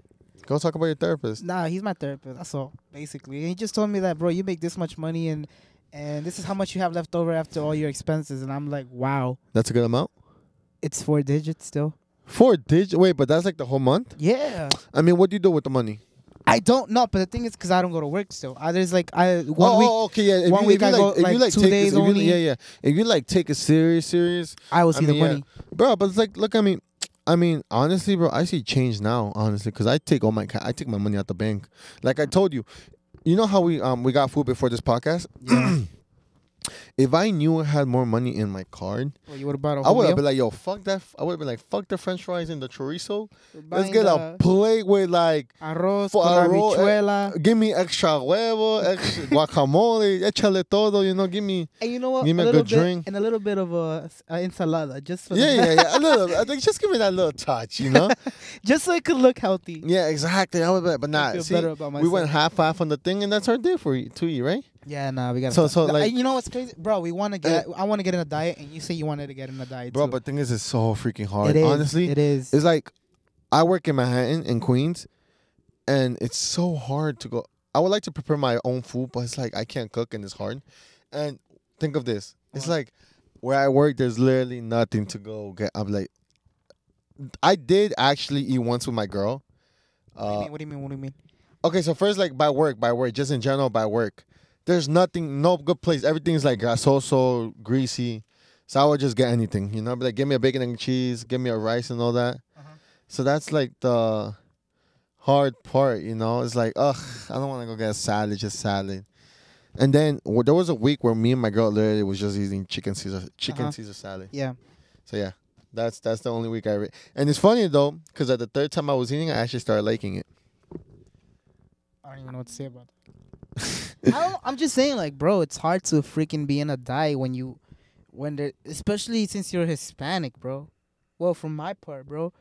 Speaker 1: Go talk about your therapist.
Speaker 2: Nah, he's my therapist. That's all, basically. And he just told me that, bro, you make this much money, and and this is how much you have left over after all your expenses. And I'm like, wow,
Speaker 1: That's a good amount.
Speaker 2: it's four digits still.
Speaker 1: Four digit. Wait, but that's like the whole month.
Speaker 2: Yeah,
Speaker 1: I mean, what do you do with the money?
Speaker 2: I don't know, but the thing is, because I don't go to work still. I, there's like I one
Speaker 1: oh,
Speaker 2: week
Speaker 1: oh, okay, yeah. If
Speaker 2: one
Speaker 1: you,
Speaker 2: week
Speaker 1: if you
Speaker 2: I
Speaker 1: like,
Speaker 2: go,
Speaker 1: if you
Speaker 2: like,
Speaker 1: like
Speaker 2: two
Speaker 1: take
Speaker 2: days
Speaker 1: it, if you-
Speaker 2: only.
Speaker 1: yeah, yeah. If you like take it serious, serious,
Speaker 2: oh. I will
Speaker 1: I
Speaker 2: see
Speaker 1: mean,
Speaker 2: the
Speaker 1: yeah.
Speaker 2: money.
Speaker 1: bro. But it's like, look, I mean, I mean, honestly, bro, I see change now, honestly, because I take all my, ca- I take my money out the bank. Like I told you, you know how we um we got food before this podcast.
Speaker 2: Yeah.
Speaker 1: If I knew I had more money in my card,
Speaker 2: well, you would have bought a
Speaker 1: I
Speaker 2: whole
Speaker 1: would have
Speaker 2: meal.
Speaker 1: been like, yo, fuck that. f- I would have been like, fuck the French fries and the chorizo. Let's
Speaker 2: Buying
Speaker 1: get a
Speaker 2: the
Speaker 1: plate with like.
Speaker 2: arroz
Speaker 1: for
Speaker 2: con
Speaker 1: arroz, eh,
Speaker 2: habichuela.
Speaker 1: Give me extra huevo, extra guacamole, échale todo, you know, give me
Speaker 2: and you know what?
Speaker 1: give me a
Speaker 2: little
Speaker 1: good
Speaker 2: bit,
Speaker 1: drink.
Speaker 2: and a little bit of uh, s- uh, ensalada, just for
Speaker 1: Yeah,
Speaker 2: the,
Speaker 1: yeah, yeah. A little. I think just give me that little touch, you know.
Speaker 2: just so it could look healthy.
Speaker 1: yeah, exactly. I would, but but
Speaker 2: I
Speaker 1: not.
Speaker 2: feel
Speaker 1: See,
Speaker 2: better about
Speaker 1: we went
Speaker 2: myself.
Speaker 1: half half on the thing, and that's our day for you, to you, right?
Speaker 2: Yeah, nah, we gotta.
Speaker 1: So-
Speaker 2: stop.
Speaker 1: so,
Speaker 2: Nah,
Speaker 1: like- Uh,
Speaker 2: you know what's crazy, bro? We want to get. I want to get in a diet, and you say you wanted to get in a diet,
Speaker 1: Bro,
Speaker 2: too.
Speaker 1: but thing is, it's so freaking hard.
Speaker 2: It is,
Speaker 1: Honestly,
Speaker 2: it is.
Speaker 1: it's like I work in Manhattan in Queens, and it's so hard to go. I would like to prepare my own food, but it's like I can't cook, and it's hard. And think of this: it's
Speaker 2: What?
Speaker 1: like where I work, there's literally nothing to go get. I'm like, I did actually eat once with my girl.
Speaker 2: what, do you
Speaker 1: Uh,
Speaker 2: mean, what do you mean? What do you mean?
Speaker 1: okay, so first, like by work, by work, just in general, by work. There's nothing, no good place. Everything's like grasoso,
Speaker 2: Uh-huh.
Speaker 1: greasy. So I would just get anything, you know. Be like, give me a bacon and cheese, give me a rice and all that. So that's like the hard part, you know. It's like, ugh, I don't want to go get a salad, just salad. And then well, there was a week where me and my girl literally was just eating chicken Caesar chicken
Speaker 2: Uh-huh.
Speaker 1: Caesar salad.
Speaker 2: Yeah.
Speaker 1: So yeah, that's that's the only week I. Re- and it's funny though, because at the third time I was eating, I actually started liking it.
Speaker 2: I don't even know what to say about that. I don't, I'm just saying, like, bro, it's hard to freaking be in a diet when you, when there, especially since you're Hispanic, bro. Well, from my part, bro,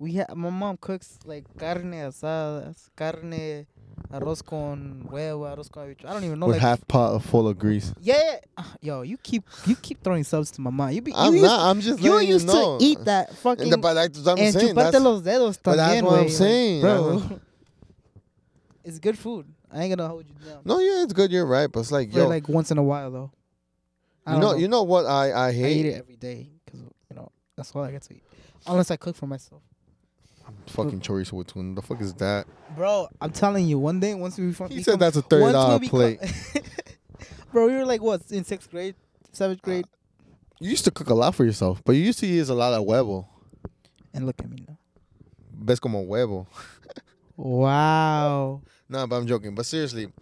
Speaker 2: we have my mom cooks like carne asadas, carne arroz con huevo, arroz con habichu- I don't even know.
Speaker 1: With
Speaker 2: like,
Speaker 1: half pot of full of grease.
Speaker 2: yeah, Ah, yo, you keep you keep throwing subs to my mom. You be
Speaker 1: I'm
Speaker 2: you
Speaker 1: not. I'm just
Speaker 2: Used, you were
Speaker 1: letting
Speaker 2: used
Speaker 1: know.
Speaker 2: to eat that fucking.
Speaker 1: And the- but that's what I'm
Speaker 2: and
Speaker 1: saying.
Speaker 2: chuparte
Speaker 1: That's,
Speaker 2: los dedos
Speaker 1: but that's
Speaker 2: también,
Speaker 1: what I'm
Speaker 2: güey, like,
Speaker 1: saying. That's
Speaker 2: bro. it's good food. I ain't gonna hold you down.
Speaker 1: no, yeah, it's good. You're right, but it's like,
Speaker 2: For
Speaker 1: yo,
Speaker 2: like once in a while though. I
Speaker 1: you
Speaker 2: don't
Speaker 1: know, you know what I I
Speaker 2: I eat
Speaker 1: hate.
Speaker 2: it every day because you know that's all I get to eat, unless I cook for myself. Mm.
Speaker 1: Fucking chorizo with tuna. The fuck is that?
Speaker 2: Bro, I'm telling you, one day once we
Speaker 1: He said that's a thirty dollar plate.
Speaker 2: Bro, we were like what in sixth grade, seventh grade,
Speaker 1: You used to cook a lot for yourself, but you used to use a lot of huevo. Uh.
Speaker 2: and look at me now.
Speaker 1: Ves como huevo.
Speaker 2: Wow.
Speaker 1: No, but I'm joking. But seriously,
Speaker 2: No,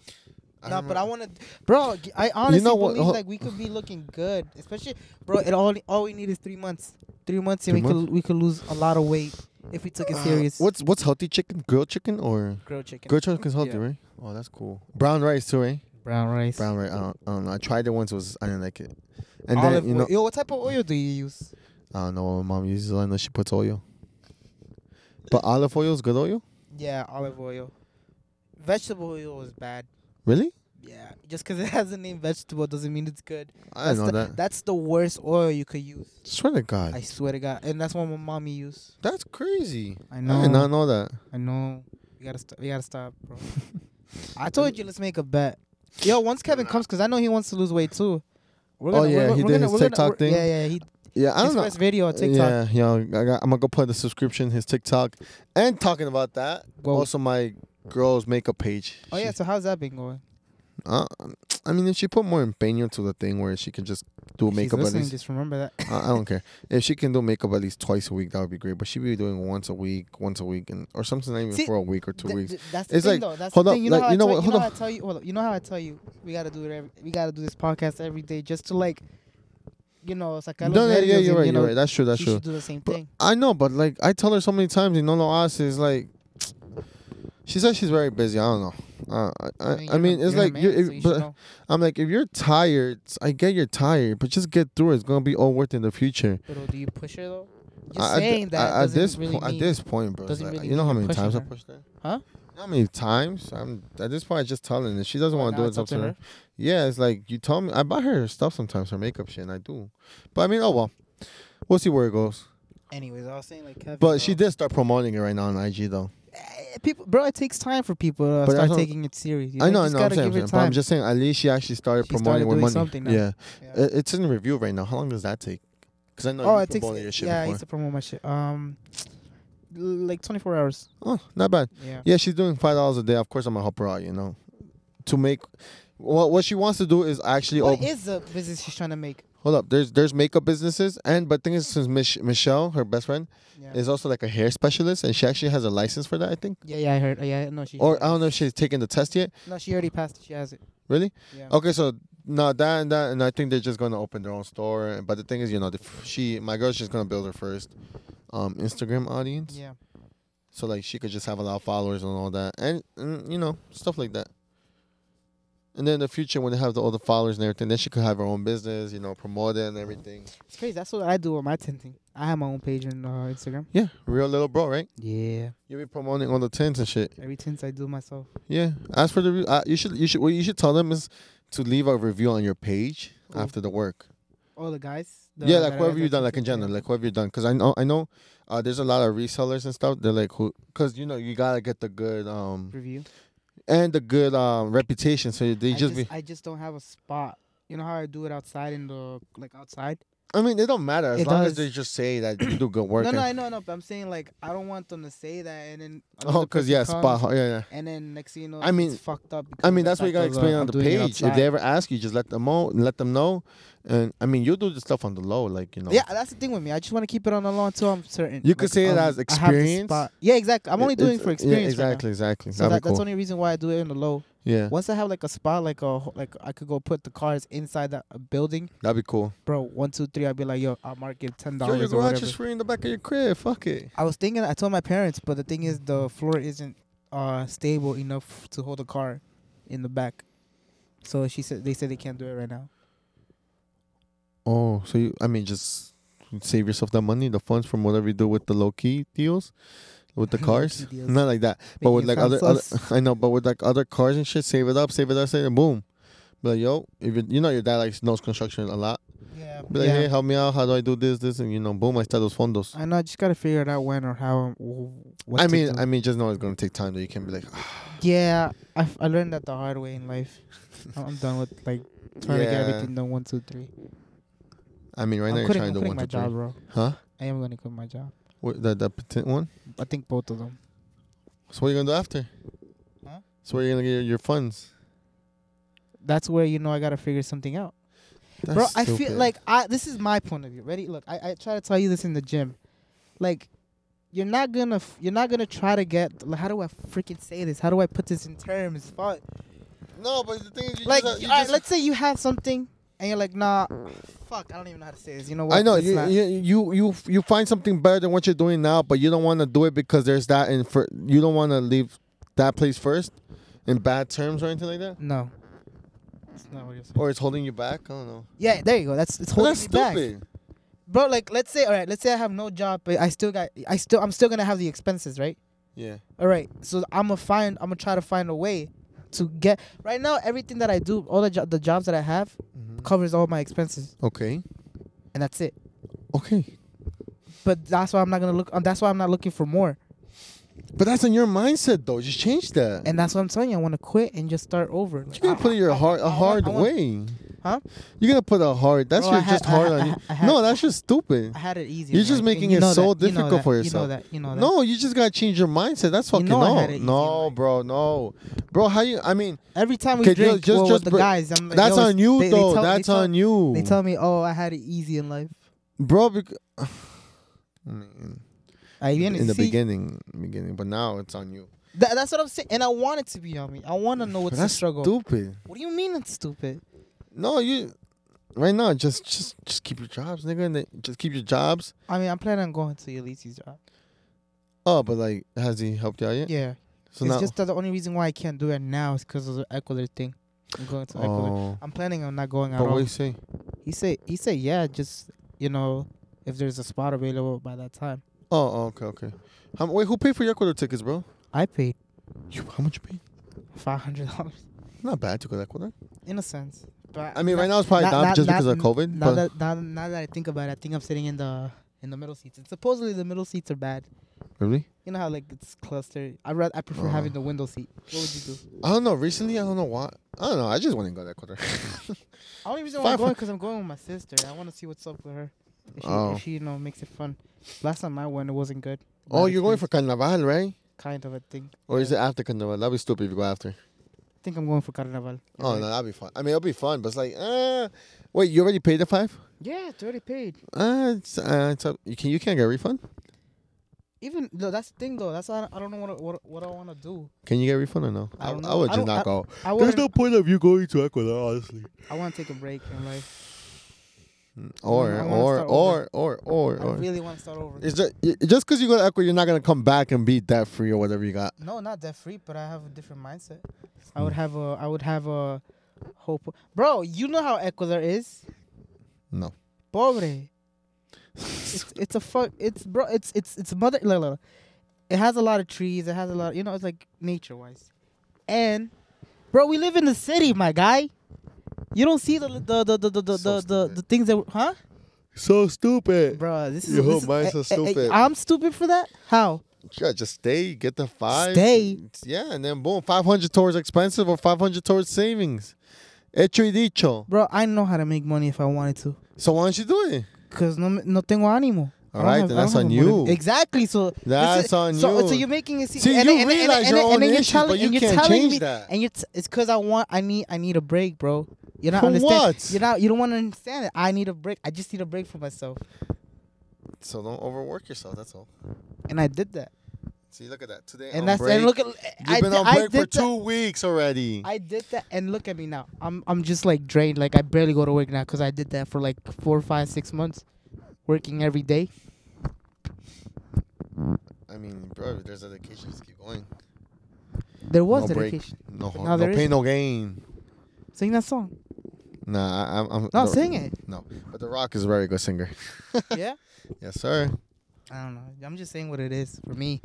Speaker 2: but I
Speaker 1: remember-
Speaker 2: want to, bro. g- I honestly
Speaker 1: know what-
Speaker 2: believe
Speaker 1: hol-
Speaker 2: like we could be looking good, especially, bro. It all all we need is three months. Three months, and
Speaker 1: Three
Speaker 2: we could we could lose a lot of weight if we took it
Speaker 1: Uh,
Speaker 2: serious.
Speaker 1: What's what's healthy chicken? Grilled chicken or
Speaker 2: grilled chicken?
Speaker 1: grilled chicken is healthy,
Speaker 2: Yeah.
Speaker 1: right? Oh, that's cool. Brown rice too, right?
Speaker 2: Brown rice.
Speaker 1: Brown rice. I don't, I don't know. I tried it once. It was I didn't like it. And
Speaker 2: Olive
Speaker 1: then you
Speaker 2: oil.
Speaker 1: know,
Speaker 2: Yo, what type of oil do you use?
Speaker 1: I don't know what my mom uses. All I know she puts oil. But olive oil is good oil.
Speaker 2: Yeah, olive oil. Vegetable oil is bad.
Speaker 1: Really?
Speaker 2: Yeah, just because it has the name vegetable doesn't mean it's good.
Speaker 1: I didn't know
Speaker 2: the,
Speaker 1: that.
Speaker 2: That's the worst oil you could use.
Speaker 1: Swear to God,
Speaker 2: I swear to God, and that's what my mommy used.
Speaker 1: that's crazy.
Speaker 2: I
Speaker 1: I
Speaker 2: know.
Speaker 1: did not know that.
Speaker 2: I know. We gotta stop. We gotta stop, bro. I told you, let's make a bet. Yo, once Kevin comes, cause I know he wants to lose weight too. We're
Speaker 1: Oh, yeah, he did his TikTok
Speaker 2: we're-
Speaker 1: thing.
Speaker 2: Yeah, yeah. He,
Speaker 1: Yeah, I
Speaker 2: his
Speaker 1: don't know.
Speaker 2: first video on TikTok.
Speaker 1: Yeah, you know, I got, I'm gonna go put the subscription his TikTok, and talking about that,
Speaker 2: Whoa.
Speaker 1: also my girl's makeup page.
Speaker 2: Oh yeah. So how's that been going?
Speaker 1: Uh, I mean, if she put more empeño to the thing where she can just do
Speaker 2: If he's
Speaker 1: makeup at
Speaker 2: listening,
Speaker 1: least,
Speaker 2: Just remember that.
Speaker 1: I, I don't care. If she can do makeup at least twice a week, that would be great. But she be doing once a week, once a week, and or something not even
Speaker 2: See,
Speaker 1: for a week or two
Speaker 2: Th-
Speaker 1: weeks.
Speaker 2: th- that's the
Speaker 1: It's
Speaker 2: thing,
Speaker 1: like,
Speaker 2: though. That's
Speaker 1: hold
Speaker 2: the
Speaker 1: up,
Speaker 2: thing. You
Speaker 1: like,
Speaker 2: know how
Speaker 1: you know
Speaker 2: I tell
Speaker 1: what,
Speaker 2: you, you
Speaker 1: hold
Speaker 2: know how I
Speaker 1: up.
Speaker 2: tell you, hold up, you know how I tell you, we gotta do it. Every, we gotta do this podcast every day just to like, you know, sacar
Speaker 1: No, no,
Speaker 2: los
Speaker 1: yeah,
Speaker 2: nervios
Speaker 1: you're
Speaker 2: and,
Speaker 1: right,
Speaker 2: you know,
Speaker 1: you're right. That's true, that's
Speaker 2: she
Speaker 1: true.
Speaker 2: should do the same
Speaker 1: But-
Speaker 2: thing.
Speaker 1: I know, but like I tell her so many times, you know, no, us is like, she says she's very busy. I don't know. Uh, I, I, I
Speaker 2: you're
Speaker 1: mean,
Speaker 2: the-
Speaker 1: it's
Speaker 2: you're the
Speaker 1: like,
Speaker 2: man,
Speaker 1: you're,
Speaker 2: so you
Speaker 1: it,
Speaker 2: should
Speaker 1: but
Speaker 2: know.
Speaker 1: I'm like, if you're tired, I get you're tired, but just get through it. It's gonna be all worth it in the future.
Speaker 2: But do you push her though?
Speaker 1: I-
Speaker 2: Just
Speaker 1: at-
Speaker 2: saying that
Speaker 1: at, at
Speaker 2: doesn't
Speaker 1: this
Speaker 2: really
Speaker 1: point, at
Speaker 2: mean-
Speaker 1: this point, bro. it's
Speaker 2: doesn't
Speaker 1: Like,
Speaker 2: really
Speaker 1: you know
Speaker 2: mean
Speaker 1: how
Speaker 2: you're
Speaker 1: many
Speaker 2: pushing
Speaker 1: times I
Speaker 2: her.
Speaker 1: pushed her?
Speaker 2: Huh?
Speaker 1: You know how many times? I'm at this point. I just telling her. She doesn't
Speaker 2: Well,
Speaker 1: want to do
Speaker 2: now
Speaker 1: it.
Speaker 2: it's
Speaker 1: It's up to her. Yeah, it's like you tell me. I buy her stuff sometimes, her makeup shit, and I do. But I mean, oh well. We'll see where it goes.
Speaker 2: Anyways, I was saying like Kevin.
Speaker 1: But she
Speaker 2: bro.
Speaker 1: did start promoting it right now on IG though.
Speaker 2: Eh, People, bro, it takes time for people to
Speaker 1: But that's
Speaker 2: start
Speaker 1: what-
Speaker 2: taking it serious. You
Speaker 1: I know, I
Speaker 2: just
Speaker 1: know. I'm
Speaker 2: gotta
Speaker 1: saying, I'm
Speaker 2: give
Speaker 1: saying,
Speaker 2: it
Speaker 1: but
Speaker 2: time.
Speaker 1: I'm just saying. At least she actually started
Speaker 2: She
Speaker 1: promoting
Speaker 2: started
Speaker 1: with
Speaker 2: doing
Speaker 1: money.
Speaker 2: something now.
Speaker 1: Yeah,
Speaker 2: Yeah.
Speaker 1: It- it's in review right now. How long does that take? Because I know
Speaker 2: oh,
Speaker 1: eh, you
Speaker 2: it takes.
Speaker 1: promoted your shit
Speaker 2: yeah, I
Speaker 1: before.
Speaker 2: used to promote my shit. Um, l- like 24 hours.
Speaker 1: Oh, not bad.
Speaker 2: Yeah.
Speaker 1: Yeah, she's doing five dollars a day. Of course, I'm gonna help her out. You know, to make what what she wants to do is actually
Speaker 2: What
Speaker 1: open.
Speaker 2: is the business she's trying to make?
Speaker 1: Hold up, there's there's makeup businesses, and but thing is, since Mich- Michelle, her best friend,
Speaker 2: Yeah.
Speaker 1: is also like a hair specialist, and she actually has a license for that, I think.
Speaker 2: yeah, yeah, I heard. oh, Yeah, no, she.
Speaker 1: Or I don't know if she's taken the test yet.
Speaker 2: No, she already passed. it. She has it.
Speaker 1: Really?
Speaker 2: Yeah.
Speaker 1: Okay, so no that and that, and I think they're just gonna open their own store. and- But the thing is, you know, the, f- she my girl's just gonna build her first um Instagram audience,
Speaker 2: Yeah.
Speaker 1: so like she could just have a lot of followers and all that, and, and you know stuff like that. And then in the future, when they have the, all the followers and everything, then she could have her own business, you know, promote it and everything.
Speaker 2: It's crazy. That's what I do with my tinting. I have my own page on uh, Instagram.
Speaker 1: Yeah, real little bro, right?
Speaker 2: Yeah.
Speaker 1: You be promoting all the tents and shit.
Speaker 2: Every tint I do myself.
Speaker 1: Yeah. As for the re- uh, you should you should what you should tell them is to leave a review on your page
Speaker 2: Who?
Speaker 1: after the work.
Speaker 2: All the guys. the-
Speaker 1: yeah, like
Speaker 2: that I-
Speaker 1: whoever
Speaker 2: that
Speaker 1: you done, like in
Speaker 2: tinted,
Speaker 1: general,
Speaker 2: yeah.
Speaker 1: like whoever you done, because I know I know uh, there's a lot of resellers and stuff. They're like who, because you know you gotta get the good um
Speaker 2: review.
Speaker 1: and the good um reputation. So they
Speaker 2: I
Speaker 1: just, be.
Speaker 2: I just don't have a spot. You know how I do it outside in the like outside.
Speaker 1: I mean, it don't matter as
Speaker 2: It
Speaker 1: long as
Speaker 2: does.
Speaker 1: they just say that you do good work.
Speaker 2: No,
Speaker 1: and-
Speaker 2: no, I know, no. But I'm saying like I don't want them to say that, and then
Speaker 1: oh,
Speaker 2: another
Speaker 1: because
Speaker 2: person
Speaker 1: yeah,
Speaker 2: comes,
Speaker 1: spot. Yeah, yeah.
Speaker 2: And then next thing you know,
Speaker 1: I mean-
Speaker 2: it's fucked up.
Speaker 1: I
Speaker 2: because
Speaker 1: mean,
Speaker 2: the
Speaker 1: that's what you
Speaker 2: fact
Speaker 1: gotta
Speaker 2: of, uh,
Speaker 1: explain
Speaker 2: I'm
Speaker 1: on the
Speaker 2: doing it
Speaker 1: page. If
Speaker 2: outside.
Speaker 1: they ever ask you, just let them know. Let them know, And I mean, you do the stuff on the low, like you know.
Speaker 2: Yeah, that's the thing with me. I just want to keep it on the low until I'm certain.
Speaker 1: You could say it as
Speaker 2: um, I have the
Speaker 1: experience.
Speaker 2: spot. Yeah, exactly. I'm
Speaker 1: It-
Speaker 2: only doing
Speaker 1: it's-
Speaker 2: it for
Speaker 1: yeah,
Speaker 2: experience. right now.
Speaker 1: exactly, exactly.
Speaker 2: So
Speaker 1: That'd
Speaker 2: that,
Speaker 1: be
Speaker 2: that's the
Speaker 1: cool.
Speaker 2: only reason why I do it in the low.
Speaker 1: yeah,
Speaker 2: Once I have like a spot, like a ho- like I could go put the cars inside that a building,
Speaker 1: that'd be cool.
Speaker 2: bro. One, two, three. I'd be like, yo, I'll mark it ten
Speaker 1: Yo, your
Speaker 2: dollars or
Speaker 1: garage
Speaker 2: whatever.
Speaker 1: is free in the back of your crib. Fuck it.
Speaker 2: I was thinking. I told my parents, but the thing is, the floor isn't uh stable enough to hold a car in the back. So she said they said they can't do it right now.
Speaker 1: Oh, so you, I mean, just save yourself the money, the funds from whatever you do with the low key deals, with the
Speaker 2: Low-key
Speaker 1: cars.
Speaker 2: deals.
Speaker 1: Not like that, but with like
Speaker 2: Making
Speaker 1: other,
Speaker 2: it sound
Speaker 1: other,
Speaker 2: sus.
Speaker 1: I know, but with like other cars and shit, save it up, save it up, save it. Boom. But like, yo, if you, you know your dad likes knows construction a lot,
Speaker 2: Yeah.
Speaker 1: be like, hey, help me out. How do I do this, this, and you know, boom, I start those fundos.
Speaker 2: I know. I just gotta figure it out when or how. Or what
Speaker 1: I
Speaker 2: to
Speaker 1: mean,
Speaker 2: do.
Speaker 1: I mean, just know it's gonna take time. That you can be like, "Ah,
Speaker 2: yeah. I, f- I learned that the hard way in life. I'm- I'm done with like trying to get
Speaker 1: Yeah.
Speaker 2: everything done one two three.
Speaker 1: I mean, right
Speaker 2: I'm
Speaker 1: now you're
Speaker 2: quitting,
Speaker 1: trying
Speaker 2: I'm
Speaker 1: to do one,
Speaker 2: quitting my
Speaker 1: two,
Speaker 2: job,
Speaker 1: three,
Speaker 2: bro.
Speaker 1: huh?
Speaker 2: I am gonna quit my job.
Speaker 1: What, that that patent one.
Speaker 2: I think both of them.
Speaker 1: So what are you gonna do after?
Speaker 2: Huh?
Speaker 1: So where are you gonna get your, your funds?
Speaker 2: That's where you know I gotta figure something out,
Speaker 1: That's
Speaker 2: bro. I feel
Speaker 1: stupid.
Speaker 2: like I. This is my point of view. Ready? Look, I, I try to tell you this in the gym, like. You're not gonna, f- you're not gonna try to get. Like, how do I freaking say this? How do I put this in terms? Fuck.
Speaker 1: no, but the thing is, you
Speaker 2: like
Speaker 1: just, uh, you
Speaker 2: all right,
Speaker 1: just-
Speaker 2: let's say you have something and you're like nah fuck i don't even know how to say this you know what
Speaker 1: I know
Speaker 2: It's
Speaker 1: you,
Speaker 2: not-
Speaker 1: you you you you find something better than what you're doing now, but you don't want to do it because there's that, and for you don't want to leave that place first in bad terms or anything like that,
Speaker 2: no that's not what you're saying
Speaker 1: or it's holding you back. I don't know.
Speaker 2: yeah there you go that's it's
Speaker 1: But
Speaker 2: holding
Speaker 1: that's
Speaker 2: me back
Speaker 1: stupid.
Speaker 2: bro like let's say all right let's say i have no job but i still got i still i'm still gonna have the expenses right
Speaker 1: Yeah,
Speaker 2: all right so i'm gonna find i'm gonna try to find a way to get right now everything that i do all the, jo- the jobs that i have covers all my expenses
Speaker 1: Okay.
Speaker 2: and that's it
Speaker 1: Okay.
Speaker 2: but that's why i'm not gonna look uh, that's why i'm not looking for more
Speaker 1: But that's in your mindset though. Just change that.
Speaker 2: and that's what i'm telling you i want to quit and just start over Like,
Speaker 1: You're
Speaker 2: I-
Speaker 1: gonna put in your hard a
Speaker 2: I want-
Speaker 1: hard
Speaker 2: I want-
Speaker 1: way.
Speaker 2: Huh?
Speaker 1: You're gonna put a hard. That's
Speaker 2: Bro, I
Speaker 1: your-
Speaker 2: had-
Speaker 1: just
Speaker 2: I
Speaker 1: hard
Speaker 2: had-
Speaker 1: on
Speaker 2: I
Speaker 1: you.
Speaker 2: had- I had-
Speaker 1: no, that's just stupid.
Speaker 2: I had it easy.
Speaker 1: You're
Speaker 2: like,
Speaker 1: just
Speaker 2: and
Speaker 1: making
Speaker 2: you
Speaker 1: it
Speaker 2: know
Speaker 1: so
Speaker 2: that, you know
Speaker 1: difficult for
Speaker 2: that,
Speaker 1: yourself.
Speaker 2: You know that. You know that.
Speaker 1: No, you just gotta change your mindset. That's
Speaker 2: You
Speaker 1: fucking
Speaker 2: know I
Speaker 1: all.
Speaker 2: had it easy,
Speaker 1: no,
Speaker 2: like-
Speaker 1: bro. No, bro. How you? I mean,
Speaker 2: Every time we
Speaker 1: Okay,
Speaker 2: drink
Speaker 1: just-
Speaker 2: well,
Speaker 1: just-
Speaker 2: with the
Speaker 1: br-
Speaker 2: guys, I'm like,
Speaker 1: that's
Speaker 2: yo,
Speaker 1: on you
Speaker 2: they- they
Speaker 1: though.
Speaker 2: tell- they
Speaker 1: that's
Speaker 2: tell-
Speaker 1: on you.
Speaker 2: They tell me, oh, I had it easy in life.
Speaker 1: bro. Bec- I mean,
Speaker 2: I didn't
Speaker 1: in the
Speaker 2: see-
Speaker 1: beginning, beginning, but now it's on you.
Speaker 2: Tha- that's what I'm saying, and I want it to be on me. I want to know
Speaker 1: But
Speaker 2: what's the
Speaker 1: that's
Speaker 2: struggle.
Speaker 1: stupid.
Speaker 2: What do you mean it's stupid?
Speaker 1: No, you. Right now, just just just keep your jobs, nigga. And then just keep your jobs.
Speaker 2: I mean, I'm planning on going to Ulysses uh, job.
Speaker 1: Oh, but like, has he helped you out yet?
Speaker 2: Yeah,
Speaker 1: So
Speaker 2: it's
Speaker 1: now,
Speaker 2: just that the only reason why I can't do it now is because of the Ecuador thing. I'm going to Ecuador.
Speaker 1: oh,
Speaker 2: I'm planning on not going at
Speaker 1: but what
Speaker 2: all.
Speaker 1: you say?
Speaker 2: He said, he said, yeah, just you know, if there's a spot available by that time,
Speaker 1: Oh, oh, okay, okay. How, wait, who paid for your Ecuador tickets, bro?
Speaker 2: I paid
Speaker 1: You, how much you paid?
Speaker 2: five hundred dollars.
Speaker 1: Not bad to go to Ecuador.
Speaker 2: in a sense. But
Speaker 1: I mean, right now it's probably down just because of COVID, but-
Speaker 2: Now that now, now that I think about it, I think I'm sitting in the in the middle seats. And supposedly the middle seats are bad.
Speaker 1: Really?
Speaker 2: You know how like it's clustered. I rather I prefer having
Speaker 1: Oh.
Speaker 2: the window seat. What would you do?
Speaker 1: I don't know. Recently, I don't know why. I don't know. I just want to go to Ecuador.
Speaker 2: The only reason why I'm
Speaker 1: Five
Speaker 2: going
Speaker 1: hun-
Speaker 2: because I'm going with my sister. I want to see what's up with her. If she,
Speaker 1: Oh.
Speaker 2: if she you know makes it fun. Last time I went, it wasn't good.
Speaker 1: oh,
Speaker 2: Bad
Speaker 1: you're going for
Speaker 2: experience.
Speaker 1: Carnaval, right?
Speaker 2: kind of a thing.
Speaker 1: Or is it after Carnaval? That'd be stupid if you go after.
Speaker 2: I think I'm going for Carnival.
Speaker 1: Oh no, that'd be fun. I mean, it'll be fun, but it's like, uh, wait, you already paid the five?
Speaker 2: Yeah, it's already paid.
Speaker 1: Uh, it's, uh, it's up. You can you can't get a refund?
Speaker 2: Even though that's the thing though. That's why I don't, I don't know what I- what I- what I want to do.
Speaker 1: Can you get a refund or no?
Speaker 2: I don't
Speaker 1: I,
Speaker 2: know.
Speaker 1: I would
Speaker 2: I
Speaker 1: just
Speaker 2: don't-
Speaker 1: not go.
Speaker 2: I
Speaker 1: There's
Speaker 2: want
Speaker 1: no point of you going to Ecuador, honestly.
Speaker 2: I want to take a break in life.
Speaker 1: Mm, Or
Speaker 2: I wanna
Speaker 1: or
Speaker 2: start
Speaker 1: or, or or or
Speaker 2: I really want to start over.
Speaker 1: It's just y- just because you go to Ecuador, you're not gonna come back and be debt free or whatever you got.
Speaker 2: No, not debt free, but I have a different mindset. I
Speaker 1: Hmm.
Speaker 2: would have a I would have a hope. Bro, you know how Ecuador is.
Speaker 1: No.
Speaker 2: Pobre. It's it's a fuck it's bro it's it's it's mother look, look, look. It has a lot of trees, it has a lot you know, it's like nature wise. And bro, we live in the city, my guy. You don't see the the the the the the,
Speaker 1: So
Speaker 2: the, the,
Speaker 1: stupid.
Speaker 2: the things that huh?
Speaker 1: So stupid.
Speaker 2: Bro, this is
Speaker 1: Your whole
Speaker 2: this is-
Speaker 1: mind's
Speaker 2: eh,
Speaker 1: so
Speaker 2: eh, eh,
Speaker 1: stupid.
Speaker 2: I'm stupid for that? How?
Speaker 1: Yeah, just stay, get the five.
Speaker 2: Stay.
Speaker 1: Yeah, and then boom, 500 towards expensive or 500 towards savings. Hecho y dicho.
Speaker 2: Bro, I know how to make money if I wanted to.
Speaker 1: So why don't you do it?
Speaker 2: Cause no, me- no tengo ánimo. I
Speaker 1: All
Speaker 2: don't
Speaker 1: right,
Speaker 2: have-
Speaker 1: then
Speaker 2: I
Speaker 1: that's
Speaker 2: don't
Speaker 1: on
Speaker 2: have a motive-
Speaker 1: you.
Speaker 2: Exactly. So this
Speaker 1: That's
Speaker 2: is-
Speaker 1: on
Speaker 2: so,
Speaker 1: you.
Speaker 2: So you're making it seem.
Speaker 1: See,
Speaker 2: and,
Speaker 1: you
Speaker 2: and- and-
Speaker 1: realize
Speaker 2: and-
Speaker 1: your
Speaker 2: and-
Speaker 1: own
Speaker 2: and then you're
Speaker 1: issues,
Speaker 2: telling-
Speaker 1: but you
Speaker 2: and you're
Speaker 1: can't
Speaker 2: telling
Speaker 1: change
Speaker 2: me,
Speaker 1: that.
Speaker 2: And you're t- it's because I want. I need. I need a break, bro. You're not
Speaker 1: For
Speaker 2: understand.
Speaker 1: what?
Speaker 2: You're not. You don't want to understand it. I need a break. I just need a break for myself,
Speaker 1: So don't overwork yourself. That's all.
Speaker 2: and I did that.
Speaker 1: See, look at that today.
Speaker 2: And
Speaker 1: on
Speaker 2: that's
Speaker 1: break.
Speaker 2: and look at.
Speaker 1: You've
Speaker 2: I,
Speaker 1: been
Speaker 2: di-
Speaker 1: on
Speaker 2: I
Speaker 1: break
Speaker 2: did
Speaker 1: for two weeks already.
Speaker 2: That. I did that, and look at me now. I'm I'm just like drained. Like I barely go to work now because I did that for like four, five, six months, working every day.
Speaker 1: I mean, bro, there's dedication. Just keep going.
Speaker 2: There was
Speaker 1: no break.
Speaker 2: dedication.
Speaker 1: No,
Speaker 2: But
Speaker 1: ho-
Speaker 2: now
Speaker 1: no
Speaker 2: there
Speaker 1: pain,
Speaker 2: isn't.
Speaker 1: no gain.
Speaker 2: Sing that song.
Speaker 1: Nah, I, I'm. I'm
Speaker 2: No,
Speaker 1: the-
Speaker 2: sing it.
Speaker 1: No, but The Rock is a very good singer.
Speaker 2: yeah.
Speaker 1: Yes, sir.
Speaker 2: I don't know. I'm just saying what it is for me.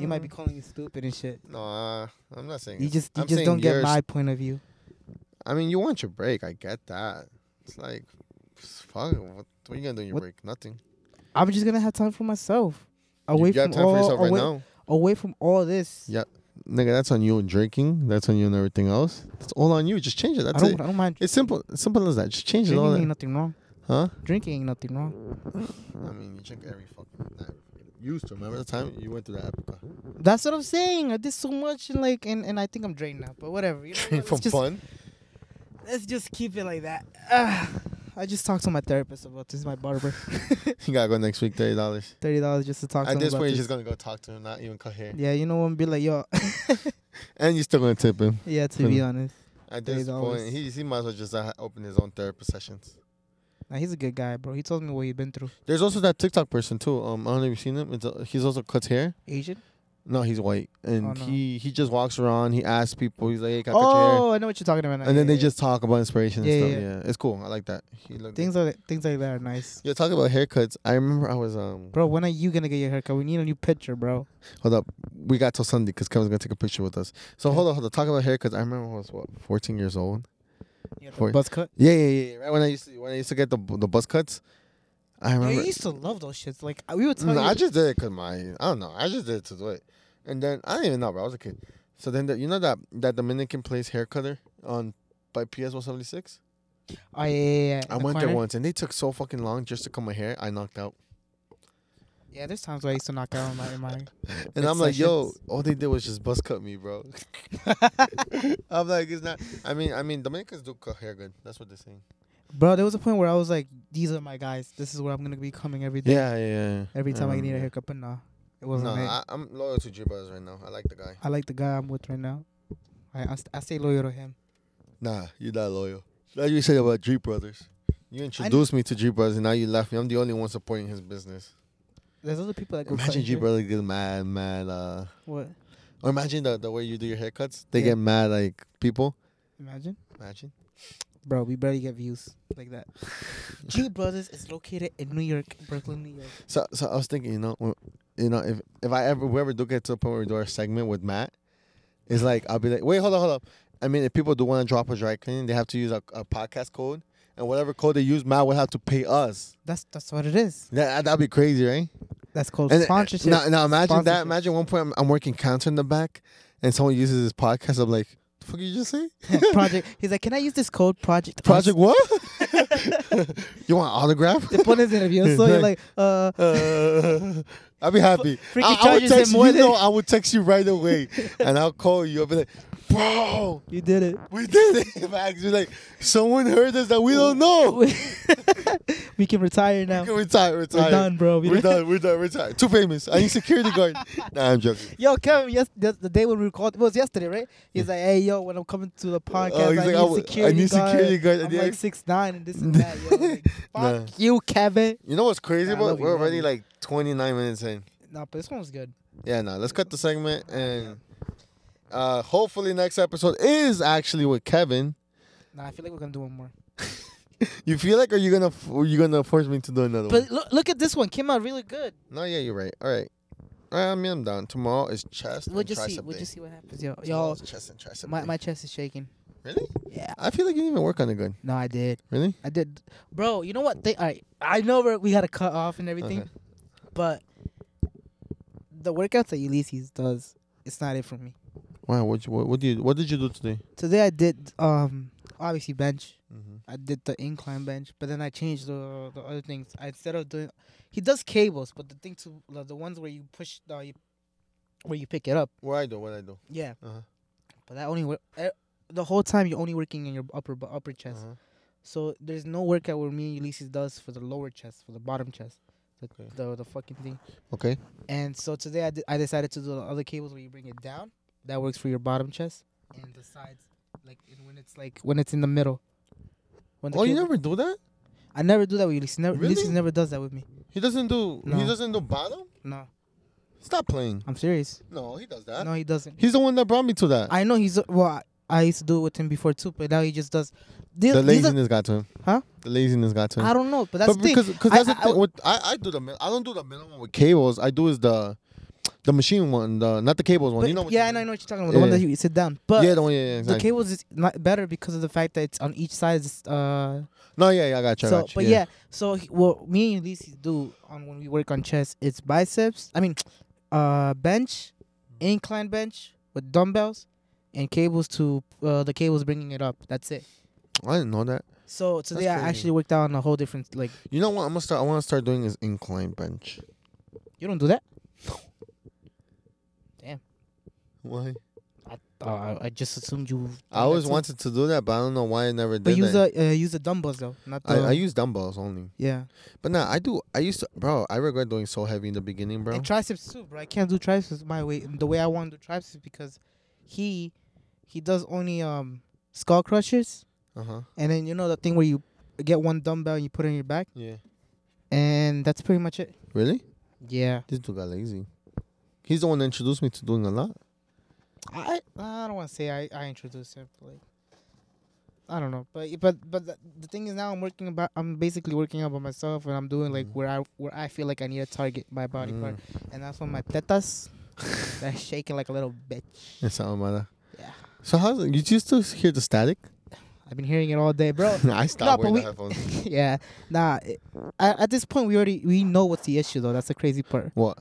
Speaker 2: You might be calling you stupid and shit.
Speaker 1: No, uh, Mm-hmm. I'm not saying.
Speaker 2: You
Speaker 1: it.
Speaker 2: just you
Speaker 1: Mm. I'm
Speaker 2: just
Speaker 1: saying
Speaker 2: don't get
Speaker 1: yours-
Speaker 2: my point of view.
Speaker 1: I mean, you want your break. I get that. It's like, fuck. What, what are you gonna do in your
Speaker 2: What-
Speaker 1: break? Nothing.
Speaker 2: I'm just gonna have time for myself.
Speaker 1: you
Speaker 2: Away
Speaker 1: got
Speaker 2: from
Speaker 1: time
Speaker 2: all
Speaker 1: for yourself right
Speaker 2: away,
Speaker 1: now,
Speaker 2: away from all this.
Speaker 1: Yeah, nigga. That's on you and drinking. That's on you and everything else. That's all on you. Just change it.
Speaker 2: I
Speaker 1: That's
Speaker 2: don't
Speaker 1: it.
Speaker 2: I don't mind
Speaker 1: It's simple. It's simple as that. Just change it. All
Speaker 2: drinking ain't
Speaker 1: that.
Speaker 2: nothing wrong.
Speaker 1: Huh?
Speaker 2: Drinking ain't nothing wrong.
Speaker 1: I mean, you drink every fucking night. Used to remember the time you went through that epoch.
Speaker 2: That's what I'm saying. I did so much and like and, and I think I'm drained now, but whatever. You know what? let's
Speaker 1: from
Speaker 2: just,
Speaker 1: fun.
Speaker 2: Let's just keep it like that. Ah, I just talked to my therapist about this, my barber.
Speaker 1: You gotta go next week. Thirty dollars.
Speaker 2: Thirty dollars just to talk to
Speaker 1: At
Speaker 2: him
Speaker 1: this
Speaker 2: about
Speaker 1: point, you're
Speaker 2: this.
Speaker 1: just gonna go talk to him, not even cut hair,
Speaker 2: yeah, you know what? Be like, yo,
Speaker 1: and you're still gonna tip him.
Speaker 2: yeah. To be
Speaker 1: Really?
Speaker 2: honest,
Speaker 1: At this
Speaker 2: $30.
Speaker 1: point, he he might as well just uh, open his own therapist sessions.
Speaker 2: nah, he's a good guy, bro. He told me what he'd been through.
Speaker 1: There's also that TikTok person too. Um, I don't know if you've seen him. It's uh he's also cuts hair.
Speaker 2: Asian.
Speaker 1: No, he's white, and
Speaker 2: Oh, no.
Speaker 1: he he just walks around. He asks people. He's like, "Hey, can I cut your hair?"
Speaker 2: Oh, I know what you're talking about. now.
Speaker 1: And then
Speaker 2: Yeah,
Speaker 1: they
Speaker 2: yeah.
Speaker 1: just talk about inspiration and
Speaker 2: Yeah,
Speaker 1: stuff.
Speaker 2: yeah,
Speaker 1: Yeah.
Speaker 2: yeah.
Speaker 1: it's cool. I like that. He looked
Speaker 2: things like things like that are nice.
Speaker 1: Yeah, talking about haircuts. I remember I was um.
Speaker 2: Bro, when are you gonna get your haircut? We need a new picture, bro.
Speaker 1: Hold up, we got till Sunday because Kevin's gonna take a picture with us. So
Speaker 2: Okay.
Speaker 1: hold on, hold on. Talk about haircuts. I remember when I was what 14 years old.
Speaker 2: You got the
Speaker 1: For-
Speaker 2: buzz cut.
Speaker 1: Yeah, yeah, yeah. yeah. Right when I used to when I used to get the the buzz cuts, I
Speaker 2: Yo,
Speaker 1: remember.
Speaker 2: you used to love those shits. Like I- we would tell
Speaker 1: No,
Speaker 2: you.
Speaker 1: I just did it cause my I don't know. I just did it to do it, and then I didn't even know, bro. I was a kid. So then the, you know that that Dominican place hair cutter on by PS one seventy six.
Speaker 2: oh yeah, yeah, yeah. in
Speaker 1: I
Speaker 2: the
Speaker 1: went there
Speaker 2: corner.
Speaker 1: once, and they took so fucking long just to cut my hair. I knocked out,
Speaker 2: Yeah, there's times where I used to knock out on my, in my
Speaker 1: and
Speaker 2: Like
Speaker 1: I'm like, yo,
Speaker 2: sessions.
Speaker 1: all they did was just buzz cut me, bro. I'm like, it's not. I mean, I mean, Dominicans do cut hair good. That's what they're saying.
Speaker 2: bro. There was a point where I was like, these are my guys. This is where I'm gonna be coming every day.
Speaker 1: Yeah, yeah.
Speaker 2: Every time I need a haircut, but nah, it
Speaker 1: No,
Speaker 2: wasn't. it. I,
Speaker 1: I, I'm loyal to G Buzz right now. I like the guy.
Speaker 2: like the guy I'm with right now. I I, st- I stay loyal to him.
Speaker 1: Nah, you're not loyal. Like you said about G Brothers. You introduced me to G Brothers and now you left me. I'm the only one supporting his business.
Speaker 2: There's other people that go. cut
Speaker 1: Imagine G
Speaker 2: hair.
Speaker 1: Brothers get mad, mad. Uh,
Speaker 2: What?
Speaker 1: or imagine the, the way you do your haircuts. They
Speaker 2: Yeah.
Speaker 1: get mad, like people.
Speaker 2: Imagine.
Speaker 1: Imagine.
Speaker 2: Bro, we barely get views like that. G Brothers is located in New York, Brooklyn, New York.
Speaker 1: So, so I was thinking, you know, when- you know, if if I ever, whoever do get to a point where we do our segment with Matt, it's like I'll be like, wait, hold on, hold up. I mean, if people do want to drop a dry cleaning, they have to use a, a podcast code, and whatever code they use, Matt would have to pay us.
Speaker 2: That's that's what it is.
Speaker 1: That that'd be crazy, right?
Speaker 2: That's called
Speaker 1: And- uh,
Speaker 2: sponsorship.
Speaker 1: Now, now imagine that.
Speaker 2: Sponsorship.
Speaker 1: Imagine one point I'm, I'm working counter in the back, and someone uses this podcast. I'm like, the fuck you just say?
Speaker 2: project. He's like, can I use this code project?
Speaker 1: Project what? you want autograph?
Speaker 2: Te pones nervioso. You're like, uh,
Speaker 1: Uh, I'll be happy.
Speaker 2: Freaking
Speaker 1: I, I would
Speaker 2: charges him
Speaker 1: text you.
Speaker 2: more than-
Speaker 1: know, I would text you right away, and I'll call you. I'll be like, bro,
Speaker 2: you did it.
Speaker 1: we did it. Max, you're like, someone heard us that we don't know.
Speaker 2: we can retire now.
Speaker 1: Okay, retire, retire.
Speaker 2: We're done, bro. We
Speaker 1: We're
Speaker 2: done.
Speaker 1: done. We're done. Retire. Too famous. I need security guard. nah, I'm joking.
Speaker 2: Yo, Kevin, yes, the, the day when we recalled, it was yesterday, right? He's like, hey, yo, when I'm coming to the podcast,
Speaker 1: Oh, he's
Speaker 2: I,
Speaker 1: like,
Speaker 2: need
Speaker 1: I w- I
Speaker 2: security
Speaker 1: need
Speaker 2: guard.
Speaker 1: security guard.
Speaker 2: I'm
Speaker 1: Yeah.
Speaker 2: like six nine and this and that. Yo. I'm Like,
Speaker 1: Nah.
Speaker 2: Fuck you, Kevin.
Speaker 1: You know what's crazy?
Speaker 2: Yeah, I
Speaker 1: bro?
Speaker 2: love you,
Speaker 1: we're
Speaker 2: love
Speaker 1: already
Speaker 2: you.
Speaker 1: like 29 minutes in.
Speaker 2: No, but this one was good.
Speaker 1: Yeah, no, let's cut the segment and uh hopefully next episode is actually with Kevin.
Speaker 2: Nah, I feel like we're gonna do one more.
Speaker 1: You feel like, or you gonna, f- or you gonna force me to do another one?
Speaker 2: But look, look at this one. Came out really good.
Speaker 1: No, yeah, you're right. All right, All right, I mean, I'm down. Tomorrow is chest
Speaker 2: We'll
Speaker 1: and
Speaker 2: just
Speaker 1: tricep
Speaker 2: see. We'll
Speaker 1: day.
Speaker 2: just see what happens, yo.
Speaker 1: Tomorrow
Speaker 2: Yo,
Speaker 1: is chest and tricep.
Speaker 2: my,
Speaker 1: day.
Speaker 2: my chest is shaking.
Speaker 1: really?
Speaker 2: Yeah.
Speaker 1: I feel like you didn't even work on it good.
Speaker 2: No, I did.
Speaker 1: Really?
Speaker 2: I did. Bro, you know what? They, I I know we're, we got to cut off and everything,
Speaker 1: Okay.
Speaker 2: but the workouts that Ulysses does, it's not it for me.
Speaker 1: Wow. What, you, what? What did you? What did you do today?
Speaker 2: Today I did um obviously bench.
Speaker 1: Mm-hmm.
Speaker 2: I did the incline bench, but then I changed the the other things. I, instead of doing, he does cables, but the thing to the- the ones where you push, uh, you, where you pick it up.
Speaker 1: What I do? What I do?
Speaker 2: Yeah.
Speaker 1: Uh-huh.
Speaker 2: But that only wor- e- the whole time you're only working in your upper bu- upper chest.
Speaker 1: Uh-huh.
Speaker 2: So there's no workout where me and Ulysses does for the lower chest, for the bottom chest, the
Speaker 1: Okay.
Speaker 2: the, the fucking thing.
Speaker 1: Okay.
Speaker 2: And so today I, d- I decided to do the other cables where you bring it down. That works for your bottom chest and the sides, like and when it's like when it's in the middle. When the
Speaker 1: Oh, you
Speaker 2: cable-
Speaker 1: never do that?
Speaker 2: I never do that with Ulysses. Never,
Speaker 1: Really?
Speaker 2: Ulysses never does that with me.
Speaker 1: He doesn't do. He
Speaker 2: No.
Speaker 1: doesn't do bottom.
Speaker 2: No,
Speaker 1: Stop playing.
Speaker 2: I'm serious.
Speaker 1: No, he does that.
Speaker 2: No, he doesn't.
Speaker 1: He's the one that brought me to that.
Speaker 2: I know he's uh, well. I, I used to do it with him before too, but now he just does. These,
Speaker 1: the
Speaker 2: these are-
Speaker 1: laziness got to him.
Speaker 2: Huh?
Speaker 1: The laziness got to him.
Speaker 2: I don't know, but that's
Speaker 1: but
Speaker 2: the thing.
Speaker 1: because because
Speaker 2: I-
Speaker 1: that's the
Speaker 2: I- I-
Speaker 1: thing. With, I I do the min- I don't do the minimum with cables. I do is the the machine one, the not the cables one.
Speaker 2: But-
Speaker 1: you know? What
Speaker 2: yeah,
Speaker 1: you
Speaker 2: and I
Speaker 1: mean.
Speaker 2: know what you're talking about. The one
Speaker 1: Yeah.
Speaker 2: that you sit down, but
Speaker 1: yeah, the one. Yeah, yeah,
Speaker 2: the
Speaker 1: exactly.
Speaker 2: cables is not better because of the fact that it's on each side. Is, uh,
Speaker 1: no, yeah, yeah, I got you. I
Speaker 2: so,
Speaker 1: got you,
Speaker 2: but yeah, so he, what me and Ulysses do on when we work on chest, it's biceps. I mean, uh, bench, incline bench with dumbbells, and cables to uh, the cables bringing it up. That's it.
Speaker 1: I didn't know that.
Speaker 2: So today I
Speaker 1: crazy.
Speaker 2: actually worked out on a whole different like.
Speaker 1: You know what? I'm gonna start. I want to start doing is incline bench.
Speaker 2: You don't do that.
Speaker 1: Why?
Speaker 2: Uh, I just assumed you.
Speaker 1: I always wanted to do that, but I don't know why I never
Speaker 2: But
Speaker 1: did
Speaker 2: use
Speaker 1: it.
Speaker 2: the uh, use the dumbbells though, not the.
Speaker 1: I, I use dumbbells only,
Speaker 2: yeah,
Speaker 1: but nah, I do. I used to, bro. I regret doing so heavy in the beginning, bro.
Speaker 2: and triceps too, bro. I can't do triceps my way, the way I want to do triceps because he he does only um skull crushers,
Speaker 1: Uh huh.
Speaker 2: and then you know the thing where you get one dumbbell and you put it on your back,
Speaker 1: Yeah.
Speaker 2: and that's pretty much it.
Speaker 1: Really?
Speaker 2: Yeah,
Speaker 1: This dude got lazy. He's the one that introduced me to doing a lot.
Speaker 2: I I don't want to say I I introduced him but, like. I don't know, but but but the, the thing is now I'm working about I'm basically working out by myself and I'm doing like
Speaker 1: Mhm.
Speaker 2: where I where I feel like I need to target my body part.
Speaker 1: Mm.
Speaker 2: and that's when my tetas they're shaking like a little bitch.
Speaker 1: Esa mamada.
Speaker 2: Yeah.
Speaker 1: So how's it? You just still hear the static?
Speaker 2: I've been hearing it all day, bro.
Speaker 1: I stopped
Speaker 2: but
Speaker 1: wearing
Speaker 2: we-
Speaker 1: the headphones.
Speaker 2: yeah, nah. It, at, at this point, we already we know what's the issue though. That's the crazy part,
Speaker 1: What?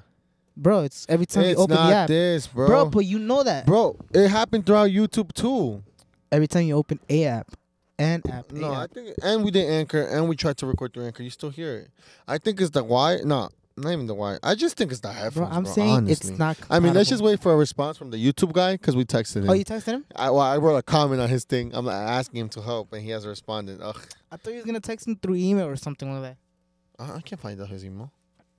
Speaker 2: bro. It's every time you
Speaker 1: it's
Speaker 2: open
Speaker 1: not
Speaker 2: the app,
Speaker 1: this, bro.
Speaker 2: bro. But you know that
Speaker 1: Bro, it happened throughout YouTube too.
Speaker 2: every time you open a app, an app, a
Speaker 1: No, I
Speaker 2: app.
Speaker 1: think, and we did anchor, and we tried to record through anchor. You still hear it? I think it's the why. No, not even the why. I just think it's the headphones.
Speaker 2: bro. I'm
Speaker 1: bro,
Speaker 2: saying
Speaker 1: honestly.
Speaker 2: it's not.
Speaker 1: I mean, let's just
Speaker 2: compatible.
Speaker 1: wait for a response from the YouTube guy because we texted him.
Speaker 2: Oh, you texted him?
Speaker 1: I, well, I wrote a comment on his thing. I'm asking him to help, and he hasn't responded. Ugh,
Speaker 2: I thought you was gonna text him through email or something like that.
Speaker 1: I, I can't find out his email.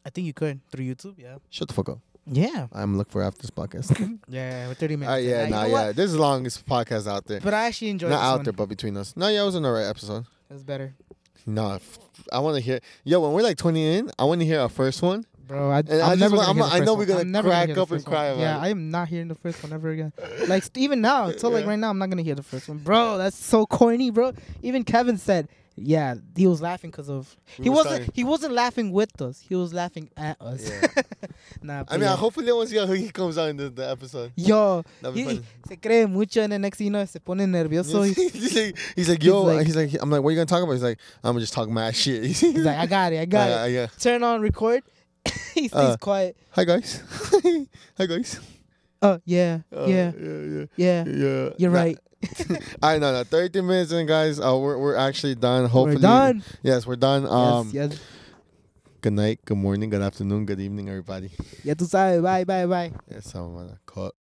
Speaker 2: I think you could through YouTube. Yeah.
Speaker 1: Shut the fuck up.
Speaker 2: Yeah.
Speaker 1: I'm looking for after this podcast.
Speaker 2: Yeah. with 30 minutes.
Speaker 1: Oh yeah,
Speaker 2: Nah, you
Speaker 1: nah,
Speaker 2: know what?
Speaker 1: yeah. This is the longest podcast out there.
Speaker 2: But I actually enjoyed
Speaker 1: Not
Speaker 2: this
Speaker 1: out
Speaker 2: one.
Speaker 1: there, but between us. No, yeah, it was an alright episode.
Speaker 2: It was better,
Speaker 1: No, f- I want to hear. Yo, when we're like 20 in, I want to hear our first one.
Speaker 2: bro. I,
Speaker 1: And I just
Speaker 2: I'm never.
Speaker 1: wa-
Speaker 2: gonna
Speaker 1: I'm-
Speaker 2: hear the
Speaker 1: I know
Speaker 2: first
Speaker 1: we're
Speaker 2: one.
Speaker 1: gonna
Speaker 2: I'm never gonna
Speaker 1: crack
Speaker 2: hear the
Speaker 1: up and
Speaker 2: first one.
Speaker 1: cry about
Speaker 2: Yeah,
Speaker 1: it.
Speaker 2: I am not hearing the first one ever again. Like st- even now, so like
Speaker 1: Yeah.
Speaker 2: right now, I'm not gonna hear the first one, bro. That's so corny, bro. Even Kevin said, yeah, he was laughing because of
Speaker 1: We
Speaker 2: he
Speaker 1: were
Speaker 2: wasn't
Speaker 1: starting-
Speaker 2: he wasn't laughing with us. He was laughing at us. nah,
Speaker 1: I
Speaker 2: but
Speaker 1: mean,
Speaker 2: yeah.
Speaker 1: I hopefully, once yeah, he comes out in the, the episode.
Speaker 2: Yo,
Speaker 1: That'd be
Speaker 2: he,
Speaker 1: funny.
Speaker 2: se cree mucho, and the next thing you know, se pone nervioso. He's,
Speaker 1: he's, like, he's like, yo,
Speaker 2: like-
Speaker 1: he's like, I'm like, what you gonna talk about? He's like, I'm gonna just talk mad shit. he's
Speaker 2: he's like, I got it, I got
Speaker 1: uh,
Speaker 2: it.
Speaker 1: Yeah.
Speaker 2: Turn on record. he stays
Speaker 1: Uh.
Speaker 2: quiet.
Speaker 1: Hi guys. Hi guys.
Speaker 2: Oh yeah,
Speaker 1: Uh,
Speaker 2: yeah,
Speaker 1: Yeah.
Speaker 2: yeah.
Speaker 1: Yeah. yeah.
Speaker 2: You're
Speaker 1: Nah,
Speaker 2: right.
Speaker 1: I know. No, 30 minutes in, guys. Uh, we're we're actually done. Hopefully,
Speaker 2: We're done.
Speaker 1: Yes, we're done. Um,
Speaker 2: yes, yes.
Speaker 1: Good night. Good morning. Good afternoon. Good evening, everybody.
Speaker 2: Ya tú sabes. Bye, bye, bye.
Speaker 1: Yes, I'm gonna cut.